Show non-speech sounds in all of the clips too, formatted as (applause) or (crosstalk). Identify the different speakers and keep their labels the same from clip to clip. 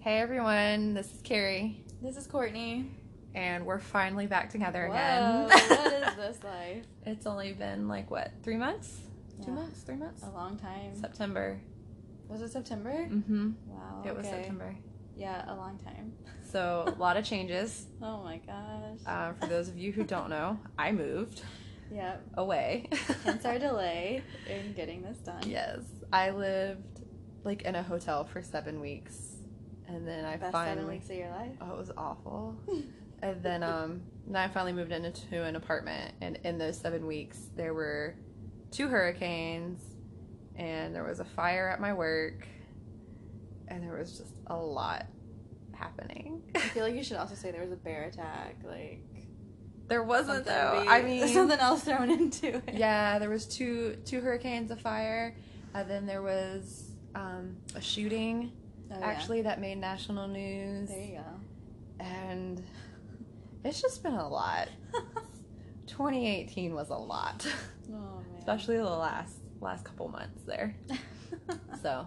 Speaker 1: Hey everyone, this is Carrie,
Speaker 2: This is Courtney.
Speaker 1: and we're finally back together
Speaker 2: Whoa,
Speaker 1: again. (laughs)
Speaker 2: what is this life?
Speaker 1: It's only been like what, three months? Two
Speaker 2: Yeah,
Speaker 1: months? Three months?
Speaker 2: A long time.
Speaker 1: September.
Speaker 2: Was it September?
Speaker 1: Mm-hmm.
Speaker 2: Wow.
Speaker 1: It was
Speaker 2: okay.
Speaker 1: September.
Speaker 2: Yeah, a long time.
Speaker 1: So a lot of changes.
Speaker 2: Oh my gosh.
Speaker 1: Uh, for those of you who don't know, I moved
Speaker 2: yeah.
Speaker 1: away. (laughs)
Speaker 2: Hence our delay in getting this done.
Speaker 1: yes, I lived like in a hotel for seven weeks, and then I
Speaker 2: Best
Speaker 1: finally.
Speaker 2: seven weeks of your life.
Speaker 1: Oh, it was awful. and then um then I finally moved into an apartment and in those seven weeks there were two hurricanes and there was a fire at my work and there was just a lot happening. (laughs)
Speaker 2: I feel like you should also say there was a bear attack. Like
Speaker 1: there wasn't
Speaker 2: something
Speaker 1: though.
Speaker 2: we-
Speaker 1: I mean
Speaker 2: (laughs) something else thrown into it.
Speaker 1: Yeah, there was two two hurricanes, a fire, and then there was um, a shooting
Speaker 2: Oh, yeah.
Speaker 1: actually that made national news.
Speaker 2: There you
Speaker 1: And it's just been a lot. (laughs)
Speaker 2: go.
Speaker 1: 2018 was a lot, (laughs)
Speaker 2: oh man.
Speaker 1: especially the last last couple months there. So,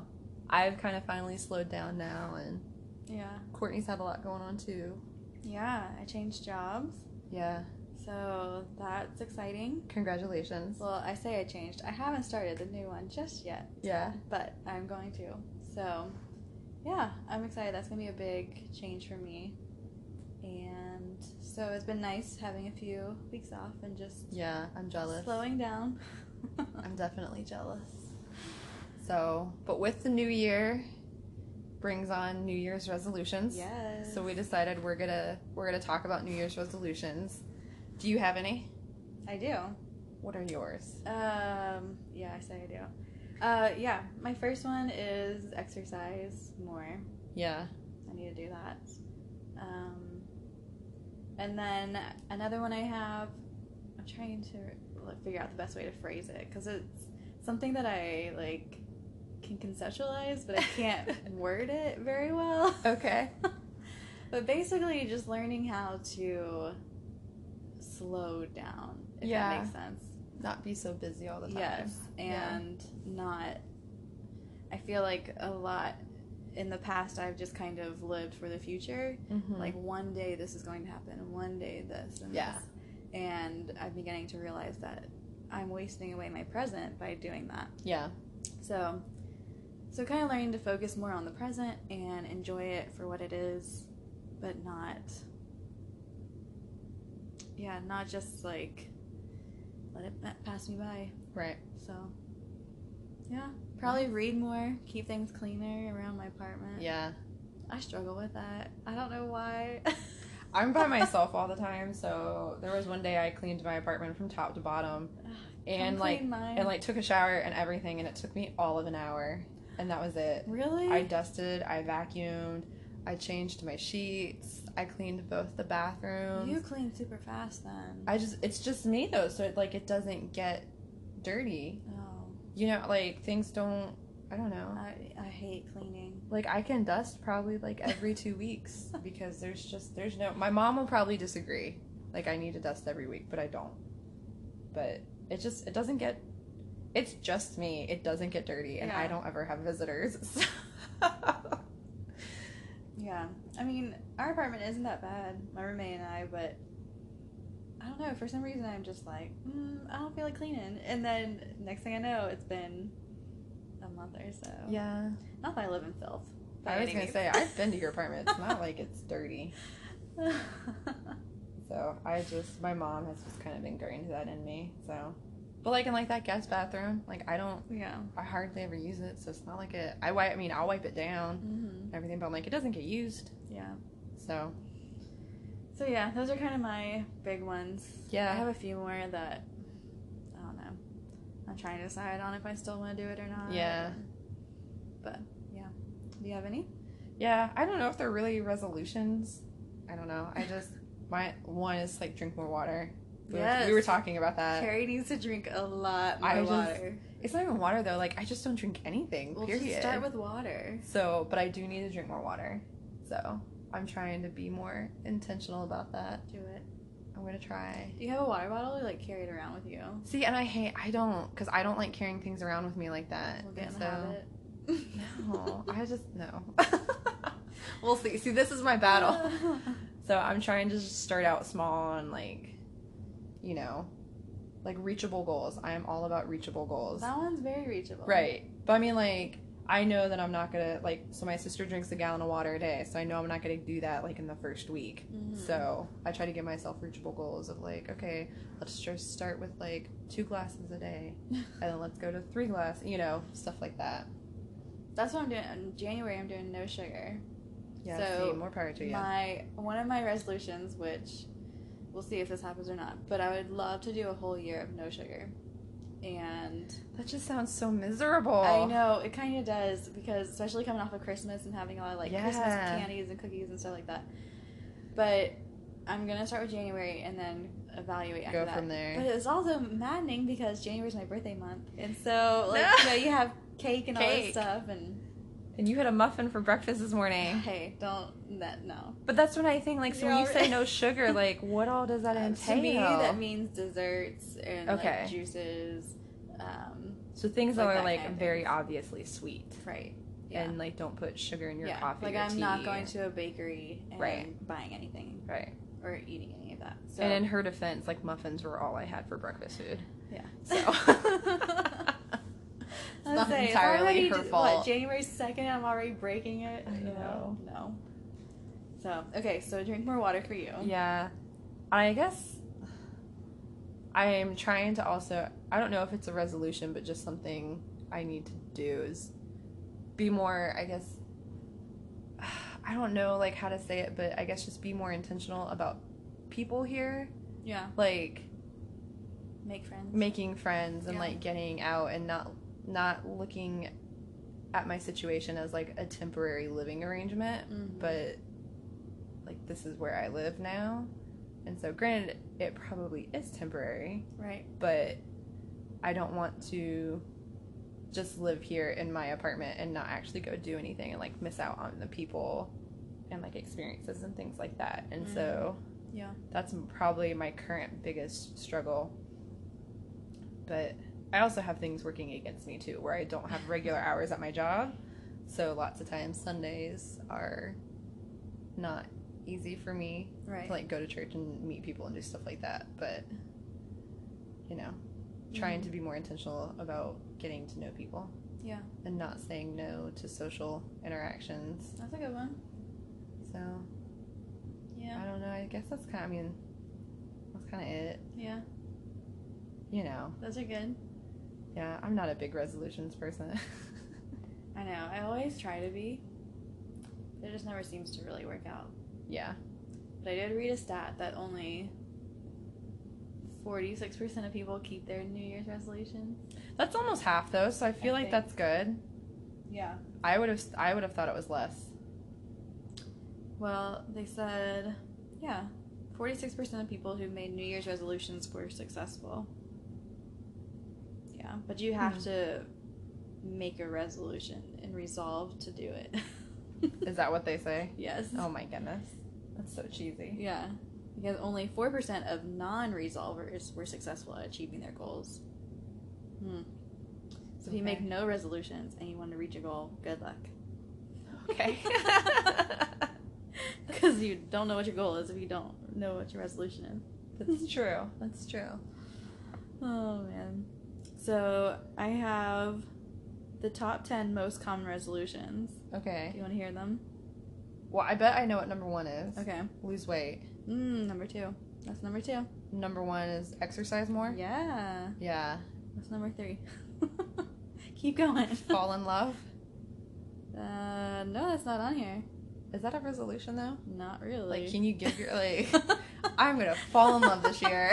Speaker 1: I've kind of finally slowed down now, and
Speaker 2: (laughs) yeah.
Speaker 1: Courtney's had a lot going on too.
Speaker 2: Yeah. I changed jobs.
Speaker 1: Yeah,
Speaker 2: So that's exciting.
Speaker 1: congratulations.
Speaker 2: Well, I say I changed. I haven't started the new one just yet,
Speaker 1: Yeah,
Speaker 2: but I'm going to. So, yeah, I'm excited. That's going to be a big change for me. And so it's been nice having a few weeks off and just
Speaker 1: yeah, I'm jealous. (laughs)
Speaker 2: slowing down.
Speaker 1: I'm definitely jealous. So, but with the new year brings on New Year's resolutions.
Speaker 2: yes.
Speaker 1: So we decided we're gonna we're gonna talk about New Year's resolutions. Do you have any?
Speaker 2: I do.
Speaker 1: What are yours?
Speaker 2: Um, yeah, I say I do. Uh, yeah, my first one is exercise more.
Speaker 1: Yeah.
Speaker 2: I need to do that. Um, and then another one I have, I'm trying to like, figure out the best way to phrase it because it's something that I like can conceptualize, but I
Speaker 1: (laughs)
Speaker 2: can't word it very well.
Speaker 1: Okay.
Speaker 2: But basically, just learning how to slow down, if
Speaker 1: Yeah.
Speaker 2: that makes sense.
Speaker 1: Not be so busy all the time.
Speaker 2: Yes,
Speaker 1: Yeah.
Speaker 2: and not. I feel like a lot in the past, I've just kind of lived for the future
Speaker 1: Mm-hmm.
Speaker 2: like one day this is going to happen and one day this and
Speaker 1: Yeah.
Speaker 2: this and i'm beginning to realize that i'm wasting away my present by doing that
Speaker 1: yeah,
Speaker 2: so so kind of learning to focus more on the present and enjoy it for what it is but not yeah not just like let it pa- pass me by
Speaker 1: right.
Speaker 2: so yeah probably read more keep things cleaner around my apartment
Speaker 1: Yeah.
Speaker 2: i struggle with that i don't know why (laughs)
Speaker 1: I'm by myself all the time, so there was one day I cleaned my apartment from top to bottom and
Speaker 2: Come
Speaker 1: like
Speaker 2: clean mine.
Speaker 1: and like took a shower and everything and it took me all of an hour and that was it.
Speaker 2: really
Speaker 1: I dusted, I vacuumed, I changed my sheets, I cleaned both the bathrooms.
Speaker 2: you clean super fast then
Speaker 1: I just it's just me though, so it like it doesn't get dirty.
Speaker 2: oh
Speaker 1: You know, like things don't I don't know.
Speaker 2: I, I hate cleaning
Speaker 1: Like I can dust probably like every two weeks because there's just there's no my mom will probably disagree. Like I need to dust every week, but I don't. But it just it doesn't get it's just me. It doesn't get dirty and I
Speaker 2: Yeah.
Speaker 1: don't ever have visitors. (laughs) So.
Speaker 2: yeah I mean our apartment isn't that bad my roommate and I but I don't know for some reason I'm just like mm, I don't feel like cleaning and then next thing I know it's been a month or so
Speaker 1: yeah.
Speaker 2: not that I live in filth by
Speaker 1: I was
Speaker 2: any
Speaker 1: gonna
Speaker 2: means.
Speaker 1: say I've been to your apartment. It's not like it's dirty. So I just my mom has just kind of ingrained that in me. So but like in like that guest bathroom, like I don't
Speaker 2: (laughs) yeah
Speaker 1: I hardly ever use it, so it's not like it I wipe I mean I'll wipe it down.
Speaker 2: mm-hmm.
Speaker 1: and everything, but I'm like, it doesn't get used.
Speaker 2: yeah
Speaker 1: So
Speaker 2: So yeah, those are kind of my big ones.
Speaker 1: Yeah.
Speaker 2: I have a few more that I don't know. I'm trying to decide on if I still want to do it or not.
Speaker 1: Yeah.
Speaker 2: But yeah. Do you have any?
Speaker 1: yeah, I don't know if they're really resolutions. I don't know. I just (laughs) my one is like drink more water. We, were, we were talking about that.
Speaker 2: Carrie needs to drink a lot more
Speaker 1: I just-
Speaker 2: water.
Speaker 1: It's not even water though. Like I just don't drink anything.
Speaker 2: We'll
Speaker 1: period.
Speaker 2: just start with water.
Speaker 1: so, but I do need to drink more water. So I'm trying to be more intentional about that.
Speaker 2: Do it.
Speaker 1: I'm gonna try.
Speaker 2: Do you have a water bottle or like carry it around with you?
Speaker 1: See, and I hate. I don't because I don't like carrying things around with me like that.
Speaker 2: We'll get in
Speaker 1: And
Speaker 2: (laughs) the habit.
Speaker 1: so no, I just no. (laughs) we'll see. See, this is my battle. So I'm trying to just start out small and like, you know, like reachable goals. I am all about reachable goals.
Speaker 2: (laughs) that one's very reachable.
Speaker 1: Right. But I mean, like, I know that I'm not gonna, like, so my sister drinks a gallon of water a day, so I know I'm not gonna do that, like, in the first week.
Speaker 2: Mhm.
Speaker 1: So I try to give myself reachable goals of, like, okay, let's just start with, like, two glasses a
Speaker 2: (laughs)
Speaker 1: day, and then let's go to three glass, you know, stuff like that.
Speaker 2: That's what I'm doing. In January, I'm doing no sugar.
Speaker 1: Yeah,
Speaker 2: So,
Speaker 1: see, more power to you.
Speaker 2: My one of my resolutions, which we'll see if this happens or not, but I would love to do a whole year of no sugar. And
Speaker 1: that just sounds so miserable.
Speaker 2: I know it kind of does because especially coming off of Christmas and having all like Christmas
Speaker 1: Yeah.
Speaker 2: candies and cookies and stuff like that. But I'm gonna start with January and then evaluate after
Speaker 1: Go
Speaker 2: that.
Speaker 1: from there.
Speaker 2: But it was also maddening because January's my birthday month, and
Speaker 1: (laughs)
Speaker 2: so like you know you have cake and all this
Speaker 1: Cake.
Speaker 2: stuff, and
Speaker 1: And you had a muffin for breakfast this morning.
Speaker 2: hey, don't that no.
Speaker 1: But that's what I think. Like, so when you
Speaker 2: You're
Speaker 1: say
Speaker 2: already- (laughs)
Speaker 1: no sugar, like, what all does that
Speaker 2: Um,
Speaker 1: entail?
Speaker 2: to me, that means desserts and like,
Speaker 1: Okay.
Speaker 2: juices. Um,
Speaker 1: so things
Speaker 2: like
Speaker 1: that are
Speaker 2: that
Speaker 1: like
Speaker 2: kind of
Speaker 1: very
Speaker 2: things.
Speaker 1: obviously sweet.
Speaker 2: right. Yeah.
Speaker 1: and like don't put sugar in your
Speaker 2: yeah.
Speaker 1: coffee.
Speaker 2: like
Speaker 1: or
Speaker 2: I'm
Speaker 1: tea.
Speaker 2: not going to a bakery and
Speaker 1: Right.
Speaker 2: buying anything
Speaker 1: Right.
Speaker 2: or eating any of that. So (laughs)
Speaker 1: And in her defense, like muffins were all I had for breakfast food.
Speaker 2: yeah.
Speaker 1: So (laughs)
Speaker 2: (laughs) it's
Speaker 1: not entirely her fault.
Speaker 2: What, January second, I'm already breaking it.
Speaker 1: I
Speaker 2: you
Speaker 1: know.
Speaker 2: No. So okay, so drink more water for you.
Speaker 1: yeah, I guess I am trying to also. I don't know if it's a resolution, but just something I need to do is be more. I guess (sighs) I don't know like how to say it, but I guess just be more intentional about people here.
Speaker 2: Yeah.
Speaker 1: Like
Speaker 2: Make friends.
Speaker 1: making friends and
Speaker 2: Yeah.
Speaker 1: like getting out and not not looking at my situation as like a temporary living arrangement
Speaker 2: Mhm.
Speaker 1: but like this is where i live now and so granted it probably is temporary
Speaker 2: right.
Speaker 1: but i don't want to just live here in my apartment and not actually go do anything and like miss out on the people and like experiences and things like that and so
Speaker 2: Yeah.
Speaker 1: that's probably my current biggest struggle. But I also have things working against me too, where I don't have regular hours at my job. So lots of times Sundays are not easy for me
Speaker 2: Right.
Speaker 1: to like go to church and meet people and do stuff like that. But you know, trying
Speaker 2: Mm-hmm.
Speaker 1: to be more intentional about getting to know people
Speaker 2: yeah.
Speaker 1: and not saying no to social interactions.
Speaker 2: That's a good one.
Speaker 1: So
Speaker 2: Yeah.
Speaker 1: I don't know. I guess that's kind. Of, I mean, that's kind of it.
Speaker 2: Yeah.
Speaker 1: You know.
Speaker 2: Those are good.
Speaker 1: Yeah, I'm not a big resolutions person. (laughs)
Speaker 2: I know. I always try to be. It just never seems to really work out.
Speaker 1: yeah.
Speaker 2: But I did read a stat that only 46% of people keep their New Year's resolutions.
Speaker 1: That's almost half though, so I feel
Speaker 2: I
Speaker 1: like
Speaker 2: think-
Speaker 1: that's good.
Speaker 2: Yeah.
Speaker 1: I would have I would have thought it was less.
Speaker 2: Well, they said, yeah, 46% of people who made New Year's resolutions were successful. Yeah, but you have
Speaker 1: Hmm.
Speaker 2: to make a resolution and resolve to do it. (laughs)
Speaker 1: Is that what they say?
Speaker 2: yes.
Speaker 1: Oh my goodness. That's so cheesy.
Speaker 2: Yeah, because only 4% of non resolvers were successful at achieving their goals. Hmm. So if you make
Speaker 1: Okay.
Speaker 2: no resolutions and you want to reach a goal, good luck. (laughs)
Speaker 1: Okay. (laughs)
Speaker 2: Because you don't know what your goal is if you don't know what your resolution is.
Speaker 1: That's true. That's true.
Speaker 2: Oh man. So I have the top 10 most common resolutions. Do
Speaker 1: Okay.
Speaker 2: you want to hear them?
Speaker 1: Well, I bet I know what number 1 is.
Speaker 2: Okay.
Speaker 1: Lose weight.
Speaker 2: Mm, number two. That's number two.
Speaker 1: Number 1 is exercise more.
Speaker 2: Yeah. (laughs)
Speaker 1: Yeah.
Speaker 2: That's number three. (laughs)
Speaker 1: (laughs)
Speaker 2: Keep going.
Speaker 1: Fall in love.
Speaker 2: Uh, no, that's not on here.
Speaker 1: Is that a resolution though?
Speaker 2: Not really.
Speaker 1: Like can you give your (laughs)
Speaker 2: (laughs)
Speaker 1: like I'm going to fall in love this year.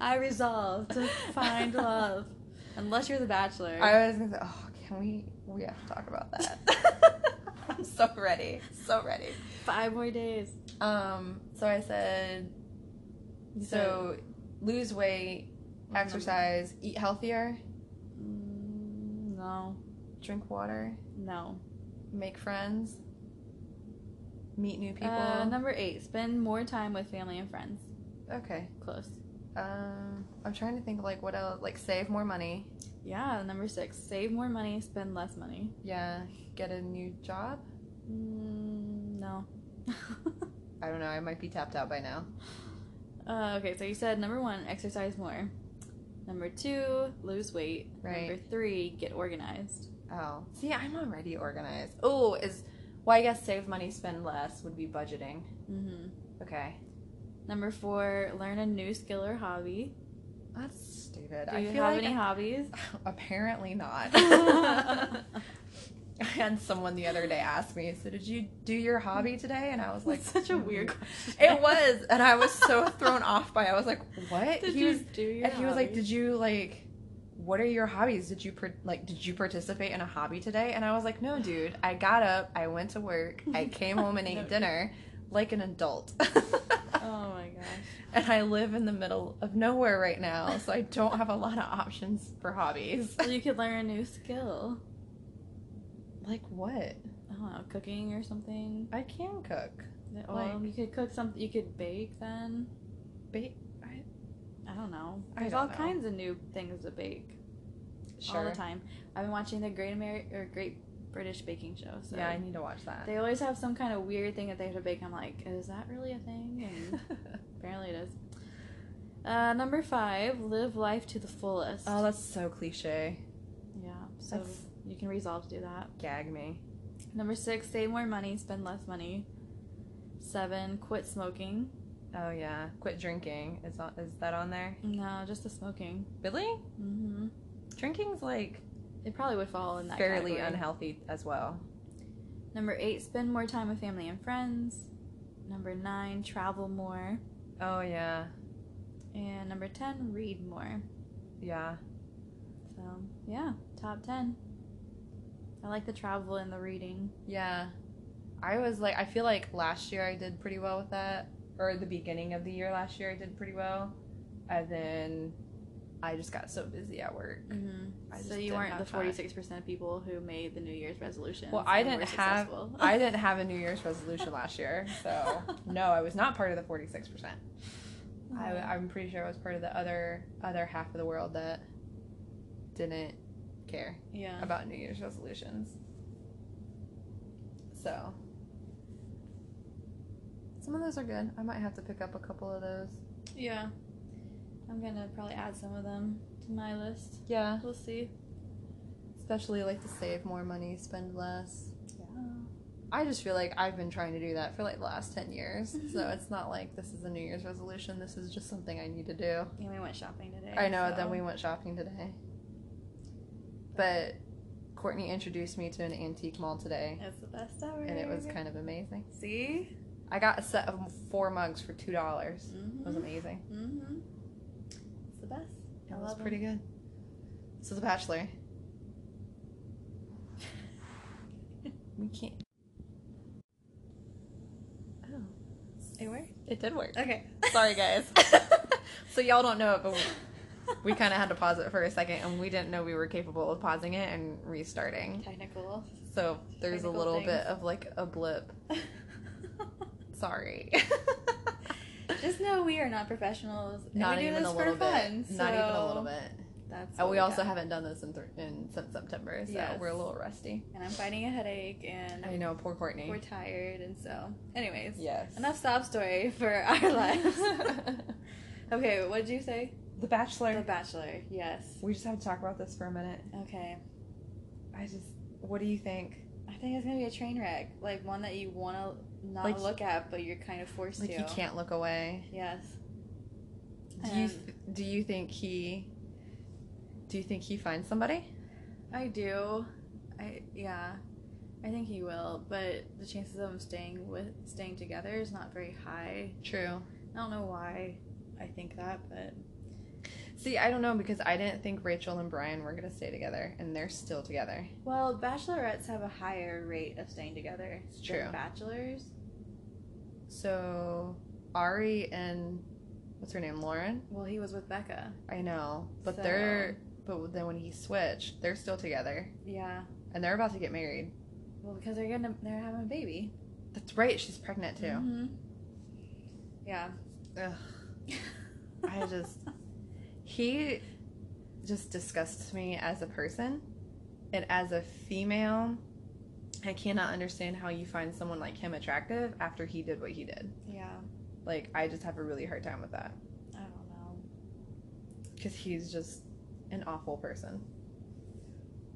Speaker 2: I resolve to find love. Unless you're the bachelor.
Speaker 1: I was gonna say, oh, can we? We have to talk about
Speaker 2: (laughs)
Speaker 1: that. I'm so ready, so ready.
Speaker 2: Five more days.
Speaker 1: Um, so I said,
Speaker 2: You
Speaker 1: so lose weight,
Speaker 2: said-
Speaker 1: exercise, eat healthier,
Speaker 2: Mm, no.
Speaker 1: drink water,
Speaker 2: No.
Speaker 1: make friends, meet new people.
Speaker 2: Uh, number eight. Spend more time with family and friends.
Speaker 1: okay.
Speaker 2: Close.
Speaker 1: Um, I'm trying to think like what else. Like save more money.
Speaker 2: Yeah. Number six. Save more money. Spend less money.
Speaker 1: Yeah. Get a new job.
Speaker 2: Mm, no. (laughs)
Speaker 1: I don't know. I might be tapped out by now.
Speaker 2: uh, okay, so you said number one, exercise more. Number two, lose weight.
Speaker 1: Right.
Speaker 2: Number three, get organized.
Speaker 1: Oh, see, I'm already organized. Oh, is well, I guess save money, spend less would be budgeting.
Speaker 2: Mm-hmm.
Speaker 1: Okay,
Speaker 2: Number four, learn a new skill or hobby.
Speaker 1: that's stupid.
Speaker 2: Do
Speaker 1: I
Speaker 2: you
Speaker 1: feel
Speaker 2: have
Speaker 1: like
Speaker 2: any hobbies?
Speaker 1: (laughs) apparently
Speaker 2: (laughs)
Speaker 1: not. (laughs) and someone the other day asked me, "So did you do your hobby today?" And I was like,
Speaker 2: (laughs) That's such
Speaker 1: (laughs)
Speaker 2: a weird
Speaker 1: "Mm."
Speaker 2: question.
Speaker 1: It was, and I was so (laughs) thrown off by. it. I was like, "What?"
Speaker 2: Did
Speaker 1: he
Speaker 2: you
Speaker 1: was,
Speaker 2: do your
Speaker 1: and he was like,
Speaker 2: hobby?
Speaker 1: "Did you like?" What are your hobbies? Did you par- like? Did you participate in a hobby today? And I was like, no, dude. I got up, I went to work,
Speaker 2: (laughs)
Speaker 1: I came home and ate
Speaker 2: No.
Speaker 1: dinner, like an adult. (laughs)
Speaker 2: Oh my gosh.
Speaker 1: and I live in the middle of nowhere right now, so I don't have a lot of options for hobbies.
Speaker 2: (laughs) Well, you could learn a new skill.
Speaker 1: like what?
Speaker 2: I don't know, cooking or something.
Speaker 1: I can cook.
Speaker 2: Well,
Speaker 1: Like-
Speaker 2: you could cook something. You could bake then.
Speaker 1: Ba-
Speaker 2: I don't know.
Speaker 1: I
Speaker 2: There's
Speaker 1: don't
Speaker 2: all
Speaker 1: know.
Speaker 2: kinds of new things to bake all the time. I've been watching the Great Ameri- or Great British Baking Show. So
Speaker 1: Yeah, I need to watch that.
Speaker 2: they always have some kind of weird thing that they have to bake. I'm like, is that really a thing? And apparently it is. Uh, number five, live life to the
Speaker 1: (laughs)
Speaker 2: fullest.
Speaker 1: oh, that's so cliche.
Speaker 2: yeah. So
Speaker 1: that's-
Speaker 2: you can resolve to do that.
Speaker 1: Gag me.
Speaker 2: Number six, save more money, spend less money. Seven, quit smoking.
Speaker 1: Oh yeah, quit drinking. Is on, is that on there?
Speaker 2: No, just the smoking.
Speaker 1: Really?
Speaker 2: hmm
Speaker 1: Drinking's like
Speaker 2: It probably would fall in that
Speaker 1: fairly
Speaker 2: category.
Speaker 1: unhealthy as well.
Speaker 2: Number eight, spend more time with family and friends. Number nine, travel more.
Speaker 1: Oh yeah,
Speaker 2: And number ten, read more.
Speaker 1: yeah.
Speaker 2: So yeah, top ten. I like the travel and the reading.
Speaker 1: Yeah. I was like, I feel like last year I did pretty well with that, or the beginning of the year last year I did pretty well. And then I just got so busy at (laughs) work. I
Speaker 2: Mm-hmm. So
Speaker 1: just
Speaker 2: you
Speaker 1: didn't
Speaker 2: weren't the
Speaker 1: have
Speaker 2: forty-six percent of people who made the New Year's resolution.
Speaker 1: Well, I didn't have- (laughs) I didn't have a New Year's resolution last year,
Speaker 2: (laughs)
Speaker 1: (laughs) so no, I was not part of the 46%. I, I'm pretty sure I was part of the other other half of the world that didn't care
Speaker 2: yeah.
Speaker 1: about New Year's resolutions. So, some of those are good. I might have to pick up a couple of those.
Speaker 2: Yeah. I'm gonna probably add some of them to my list.
Speaker 1: Yeah,
Speaker 2: We'll see.
Speaker 1: especially like to save more money, spend less. I just feel like I've been trying to do that for like the last 10 years. so it's not like this is a New Year's resolution. This is just something I need to do.
Speaker 2: And we went shopping today.
Speaker 1: I know,
Speaker 2: so-
Speaker 1: then we went shopping today. But Courtney introduced me to an antique mall today,
Speaker 2: It's the best hour.
Speaker 1: and it was kind of amazing.
Speaker 2: See?
Speaker 1: I got a set of four mugs for $2. dollars It was
Speaker 2: Mm-hmm.
Speaker 1: amazing.
Speaker 2: mm-hmm. It's the best.
Speaker 1: It
Speaker 2: I
Speaker 1: was
Speaker 2: love 'em.
Speaker 1: pretty good. So The
Speaker 2: (laughs)
Speaker 1: Bachelor. We can't. Oh, (laughs)
Speaker 2: It worked.
Speaker 1: it did work.
Speaker 2: Okay.
Speaker 1: Sorry, guys.
Speaker 2: (laughs)
Speaker 1: So y'all don't know it, but we, we kind of had to pause it for a second, and we didn't know we were capable of pausing it and restarting. (laughs)
Speaker 2: technical. (laughs)
Speaker 1: So there's a
Speaker 2: Technical
Speaker 1: little bit
Speaker 2: things.
Speaker 1: of like a blip. Sorry. (laughs)
Speaker 2: Just know we are not professionals. and
Speaker 1: Not
Speaker 2: we do
Speaker 1: even
Speaker 2: this
Speaker 1: a little
Speaker 2: for
Speaker 1: bit.
Speaker 2: Fun,
Speaker 1: Not even a
Speaker 2: so
Speaker 1: little bit.
Speaker 2: That's.
Speaker 1: And
Speaker 2: what
Speaker 1: we also
Speaker 2: got.
Speaker 1: haven't done this in, th- in since September, so
Speaker 2: Yes.
Speaker 1: we're a little rusty.
Speaker 2: And I'm fighting a headache, and
Speaker 1: I know, poor Courtney.
Speaker 2: we're tired, and so. Anyways.
Speaker 1: yes.
Speaker 2: Enough sob story
Speaker 1: (laughs)
Speaker 2: for our lives. okay, what did you say?
Speaker 1: the Bachelor.
Speaker 2: The Bachelor. Yes.
Speaker 1: we just have to talk about this for a minute.
Speaker 2: Okay.
Speaker 1: I just, what do you think?
Speaker 2: I think it's gonna be a train wreck, like one that you want to not
Speaker 1: Like-
Speaker 2: look at, but you're kind of forced
Speaker 1: Like
Speaker 2: to.
Speaker 1: he can't look away.
Speaker 2: Yes.
Speaker 1: Do you
Speaker 2: Um,
Speaker 1: do you think he? Do you think he finds somebody?
Speaker 2: I do. I yeah. I think he will, but the chances of them staying with staying together is not very high.
Speaker 1: True.
Speaker 2: I don't know why I think that, but
Speaker 1: See, I don't know because I didn't think Rachel and Brian were gonna stay together, and they're still together.
Speaker 2: well, bachelorettes have a higher rate of staying together
Speaker 1: It's
Speaker 2: than
Speaker 1: true.
Speaker 2: bachelors.
Speaker 1: So Ari and what's her name, Lauren?
Speaker 2: Well, he was with Becca.
Speaker 1: I know, but
Speaker 2: So-
Speaker 1: they're but then when he switched, they're still together,
Speaker 2: Yeah.
Speaker 1: and they're about to get married.
Speaker 2: Well, because they're gonna they're having a baby
Speaker 1: That's right. She's pregnant too.
Speaker 2: Mhm. Yeah. (laughs)
Speaker 1: Ugh. I just he just disgusts me as a person and as a female I cannot understand how you find someone like him attractive after he did what he did.
Speaker 2: Yeah.
Speaker 1: Like, I just have a really hard time with that
Speaker 2: I don't know.
Speaker 1: because he's just an awful person.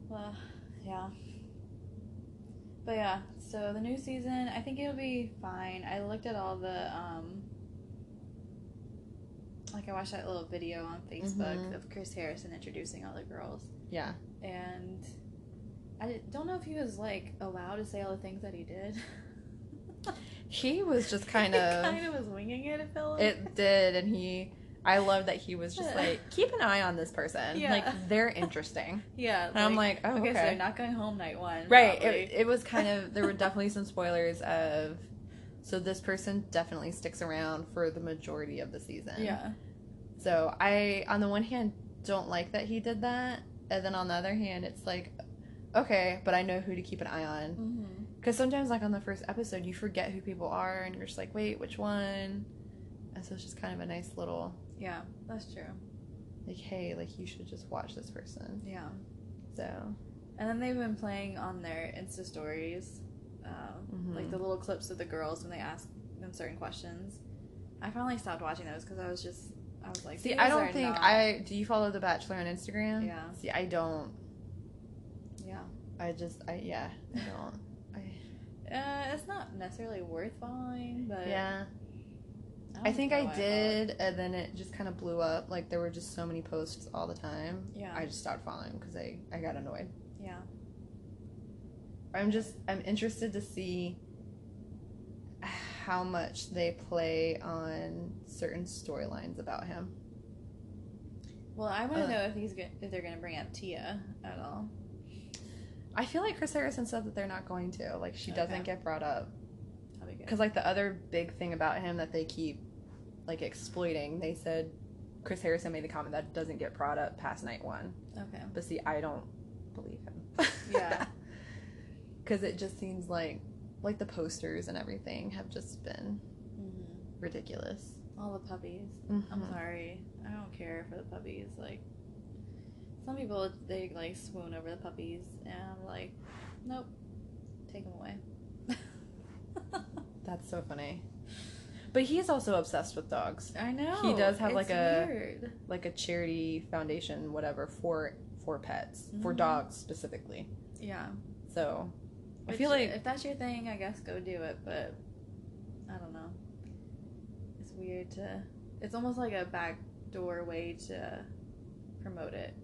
Speaker 2: Well, yeah. But yeah, so the new season, I think it'll be fine. I looked at all the um like I watched that little video on Facebook
Speaker 1: Mhm.
Speaker 2: of Chris Harrison introducing all the girls
Speaker 1: Yeah.
Speaker 2: and I di- don't know if he was like allowed to say all the things that he did. (laughs)
Speaker 1: He was just kind of.
Speaker 2: kind of was winging it. It felt like.
Speaker 1: It did, and he. I love that he was
Speaker 2: (laughs)
Speaker 1: just like, keep an eye on this person.
Speaker 2: Yeah.
Speaker 1: Like, they're interesting.
Speaker 2: yeah.
Speaker 1: And I'm like, oh,
Speaker 2: okay,
Speaker 1: okay.
Speaker 2: so they're not going home night one,
Speaker 1: right. It,
Speaker 2: probably.
Speaker 1: it was kind of, there were
Speaker 2: (laughs)
Speaker 1: definitely some spoilers of, so this person definitely sticks around for the majority of the season.
Speaker 2: yeah,
Speaker 1: So I, on the one hand, don't like that he did that. And then on the other hand, it's like, okay, but I know who to keep an eye on.
Speaker 2: mm-hmm.
Speaker 1: Because sometimes, like on the first episode, you forget who people are and you're just like, wait, which one? And so it's just kind of a nice little
Speaker 2: yeah, that's true.
Speaker 1: like hey like you should just watch this person
Speaker 2: Yeah.
Speaker 1: so
Speaker 2: And then they've been playing on their Insta stories, um,
Speaker 1: Mhm.
Speaker 2: like the little clips of the girls when they ask them certain questions. I finally stopped watching those because I was just, I was like,
Speaker 1: see
Speaker 2: "These
Speaker 1: i
Speaker 2: are
Speaker 1: don't think
Speaker 2: not-"
Speaker 1: i do you follow the bachelor on instagram
Speaker 2: Yeah.
Speaker 1: see i don't
Speaker 2: yeah,
Speaker 1: i just i yeah i (laughs) don't
Speaker 2: uh, it's not necessarily worth following, but
Speaker 1: yeah
Speaker 2: don't
Speaker 1: i think
Speaker 2: know
Speaker 1: i
Speaker 2: why follow it.
Speaker 1: did and then it just kind of blew up like there were just so many posts all the time
Speaker 2: Yeah.
Speaker 1: i just stopped following because i i got annoyed
Speaker 2: Yeah,
Speaker 1: i'm just i'm interested to see how much they play on certain storylines about him
Speaker 2: well, I want to
Speaker 1: Uh.
Speaker 2: know if he's go- if they're gonna bring up Tia at all.
Speaker 1: i feel like chris harrison said that they're not going to like she doesn't
Speaker 2: Okay.
Speaker 1: get brought up
Speaker 2: That'd be good.
Speaker 1: Because like the other big thing about him that they keep like exploiting, they said Chris Harrison made the comment that doesn't get brought up past night one.
Speaker 2: Okay,
Speaker 1: But see, I don't believe him. (laughs)
Speaker 2: Yeah.
Speaker 1: Because it just seems like like the posters and everything have just been
Speaker 2: hmm
Speaker 1: ridiculous.
Speaker 2: all the puppies. I'm
Speaker 1: Mhm.
Speaker 2: sorry. I don't care for the puppies. Like some people, they like swoon over the puppies, and I'm like, nope, take them away.
Speaker 1: That's so funny. But he's also obsessed with dogs,
Speaker 2: I know
Speaker 1: He does have, like,
Speaker 2: it's
Speaker 1: a-
Speaker 2: weird.
Speaker 1: like a charity foundation, whatever for for pets, for
Speaker 2: Mhm.
Speaker 1: dogs specifically.
Speaker 2: yeah.
Speaker 1: So I
Speaker 2: Which,
Speaker 1: feel like
Speaker 2: if that's your thing, I guess go do it. But I don't know. It's weird to. It's almost like a backdoor way to promote it.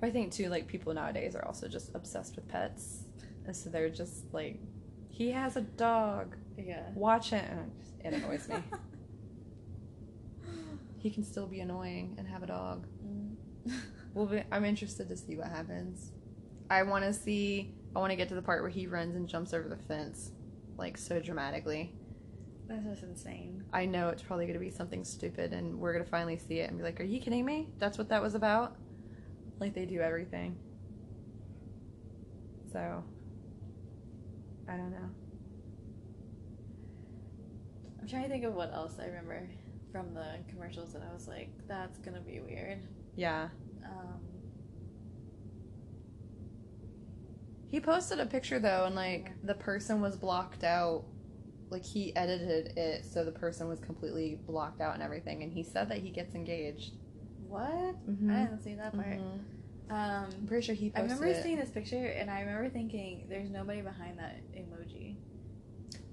Speaker 1: I think too, like people nowadays are also just obsessed with pets, and so they're just like, he has a dog,
Speaker 2: Yeah.
Speaker 1: watch it, and it annoys me. he can still be annoying and have a dog.
Speaker 2: (laughs) Mm. (laughs)
Speaker 1: Well, be, I'm interested to see what happens. I want to see. I want to get to the part where he runs and jumps over the fence, like so dramatically.
Speaker 2: That's just insane.
Speaker 1: I know it's probably gonna be something stupid, and we're gonna finally see it and be like, "Are you kidding me? That's what that was about." Like they do everything. So, I don't know.
Speaker 2: I'm trying to think of what else I remember from the commercials that I was like, that's gonna be weird.
Speaker 1: Yeah.
Speaker 2: Um,
Speaker 1: He posted a picture though, and like the person was blocked out. Like he edited it so the person was completely blocked out and everything. And he said that he gets engaged.
Speaker 2: what?
Speaker 1: Mhm.
Speaker 2: I didn't see that part.
Speaker 1: Mhm. I'm
Speaker 2: Um,
Speaker 1: pretty sure he
Speaker 2: I
Speaker 1: posted.
Speaker 2: remember
Speaker 1: it.
Speaker 2: seeing this picture and I remember thinking, there's nobody behind that emoji.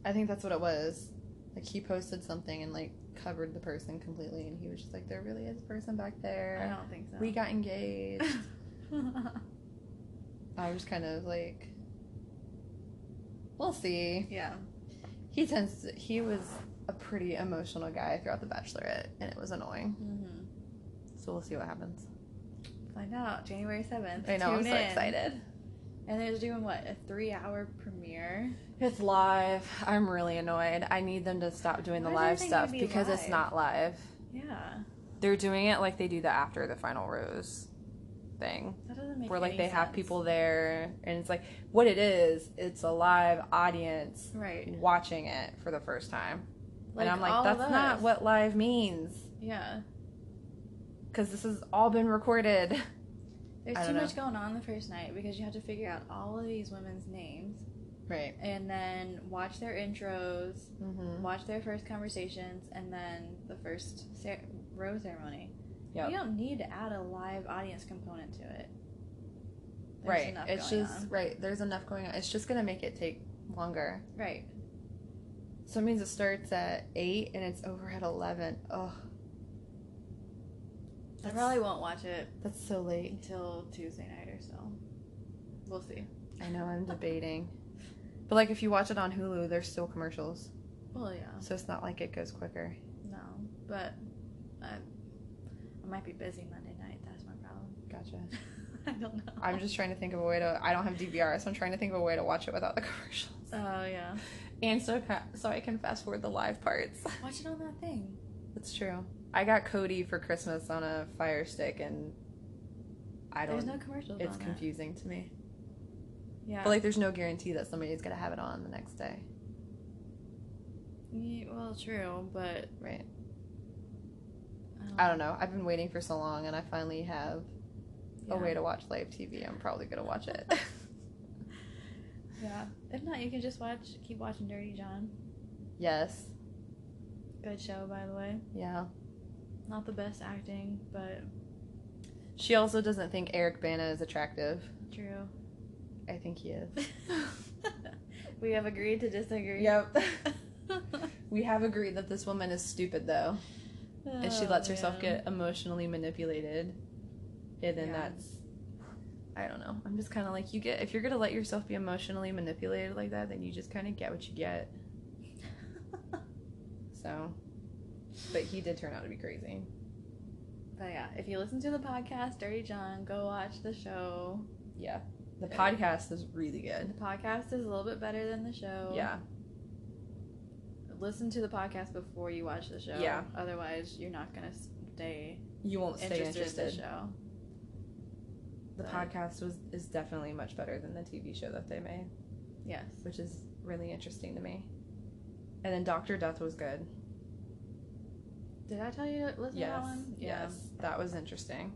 Speaker 1: I think that's what it was. Like he posted something and like covered the person completely, and he was just like, "There really is a person back
Speaker 2: I
Speaker 1: there.
Speaker 2: don't think so.
Speaker 1: We got
Speaker 2: (laughs)
Speaker 1: engaged."
Speaker 2: got.
Speaker 1: I was kind of like, "We'll see."
Speaker 2: (laughs) yeah.
Speaker 1: He tends to. He was a pretty emotional guy throughout The Bachelorette, and it was annoying.
Speaker 2: Mm-hmm.
Speaker 1: So we'll see what happens.
Speaker 2: Find out January 7th.
Speaker 1: I know. I'm
Speaker 2: Tune
Speaker 1: so
Speaker 2: in.
Speaker 1: excited.
Speaker 2: And they're doing what? A three hour premiere?
Speaker 1: It's live. I'm really annoyed. I need them to stop doing the
Speaker 2: Why do you
Speaker 1: live
Speaker 2: think
Speaker 1: stuff
Speaker 2: it'd be
Speaker 1: because it's
Speaker 2: live?
Speaker 1: not live.
Speaker 2: Yeah.
Speaker 1: They're doing it like they do the after the final rose thing.
Speaker 2: That doesn't make
Speaker 1: where like
Speaker 2: any
Speaker 1: they have
Speaker 2: sense.
Speaker 1: people there and it's like what it is it's a live audience
Speaker 2: Right.
Speaker 1: watching it for the first time and i'm
Speaker 2: all
Speaker 1: like
Speaker 2: of
Speaker 1: that's not
Speaker 2: us.
Speaker 1: what live means
Speaker 2: Yeah.
Speaker 1: because this has all been recorded
Speaker 2: There's
Speaker 1: I
Speaker 2: too
Speaker 1: don't
Speaker 2: much going on the first night because you have to figure out all of these women's names.
Speaker 1: Right.
Speaker 2: and then watch their intros,
Speaker 1: Mm-hmm.
Speaker 2: watch their first conversations, and then the first cer- rose ceremony.
Speaker 1: Yep.
Speaker 2: You don't need to add a live audience component to it. There's
Speaker 1: Right.
Speaker 2: enough
Speaker 1: It's
Speaker 2: going
Speaker 1: just
Speaker 2: on.
Speaker 1: right. There's enough going on. It's just gonna make it take longer.
Speaker 2: right.
Speaker 1: So it means it starts at eight and it's over at eleven. Oh,
Speaker 2: I
Speaker 1: That's-
Speaker 2: probably won't watch it
Speaker 1: that's so late.
Speaker 2: until Tuesday night or so. We'll see.
Speaker 1: I know I'm debating, but like if you watch it on Hulu, there's still commercials,
Speaker 2: Well, yeah,
Speaker 1: so it's not like it goes quicker.
Speaker 2: no, but I, I might be busy Monday night. That's my problem. (laughs)
Speaker 1: Gotcha.
Speaker 2: I don't know.
Speaker 1: I'm just trying to think of a way to. I don't have DVR, so I'm trying to think of a way to watch it without the (laughs) commercials.
Speaker 2: Oh yeah.
Speaker 1: And so ca- so I can fast forward the live parts.
Speaker 2: Watch it on that thing.
Speaker 1: That's true. I got Cody for Christmas on a Fire Stick, and I don't.
Speaker 2: There's no commercials.
Speaker 1: it's
Speaker 2: on that.
Speaker 1: confusing to me.
Speaker 2: Yeah.
Speaker 1: But like, there's no guarantee that somebody's gonna have it on the next day,
Speaker 2: Ye- well, true, but um,
Speaker 1: right? I don't know. I've been waiting for so long, and I finally have a way to watch live TV. I'm probably gonna watch (laughs) it.
Speaker 2: Yeah. If not, you can just watch. Keep watching Dirty John.
Speaker 1: yes.
Speaker 2: Good show, by the way.
Speaker 1: Yeah.
Speaker 2: Not the best acting, but
Speaker 1: She also doesn't think Eric Bana is attractive.
Speaker 2: true. (laughs)
Speaker 1: I think he is.
Speaker 2: we have agreed to disagree. (laughs)
Speaker 1: Yep. (laughs) we have agreed that this woman is stupid, though. and she
Speaker 2: Oh,
Speaker 1: lets herself get emotionally manipulated and then
Speaker 2: Yeah.
Speaker 1: that's i don't know i'm just kind of like you get if you're gonna let yourself be emotionally manipulated like that then you just kind of get what you (laughs) get so but he did turn out to be crazy
Speaker 2: But yeah, if you listen to the podcast Dirty John, go watch the show.
Speaker 1: yeah the
Speaker 2: Yeah.
Speaker 1: podcast is really
Speaker 2: The
Speaker 1: good
Speaker 2: podcast is a little bit better than the show.
Speaker 1: yeah
Speaker 2: Listen to the podcast before you watch the show.
Speaker 1: Yeah.
Speaker 2: Otherwise, you're not gonna stay
Speaker 1: you won't stay
Speaker 2: interested,
Speaker 1: interested,
Speaker 2: in the show.
Speaker 1: the
Speaker 2: But-
Speaker 1: podcast was is definitely much better than the tv show that they made
Speaker 2: Yes.
Speaker 1: which is really interesting to me and then dr death was good
Speaker 2: Did I tell you to listen to that
Speaker 1: Yes.
Speaker 2: one?
Speaker 1: Yes. That was interesting.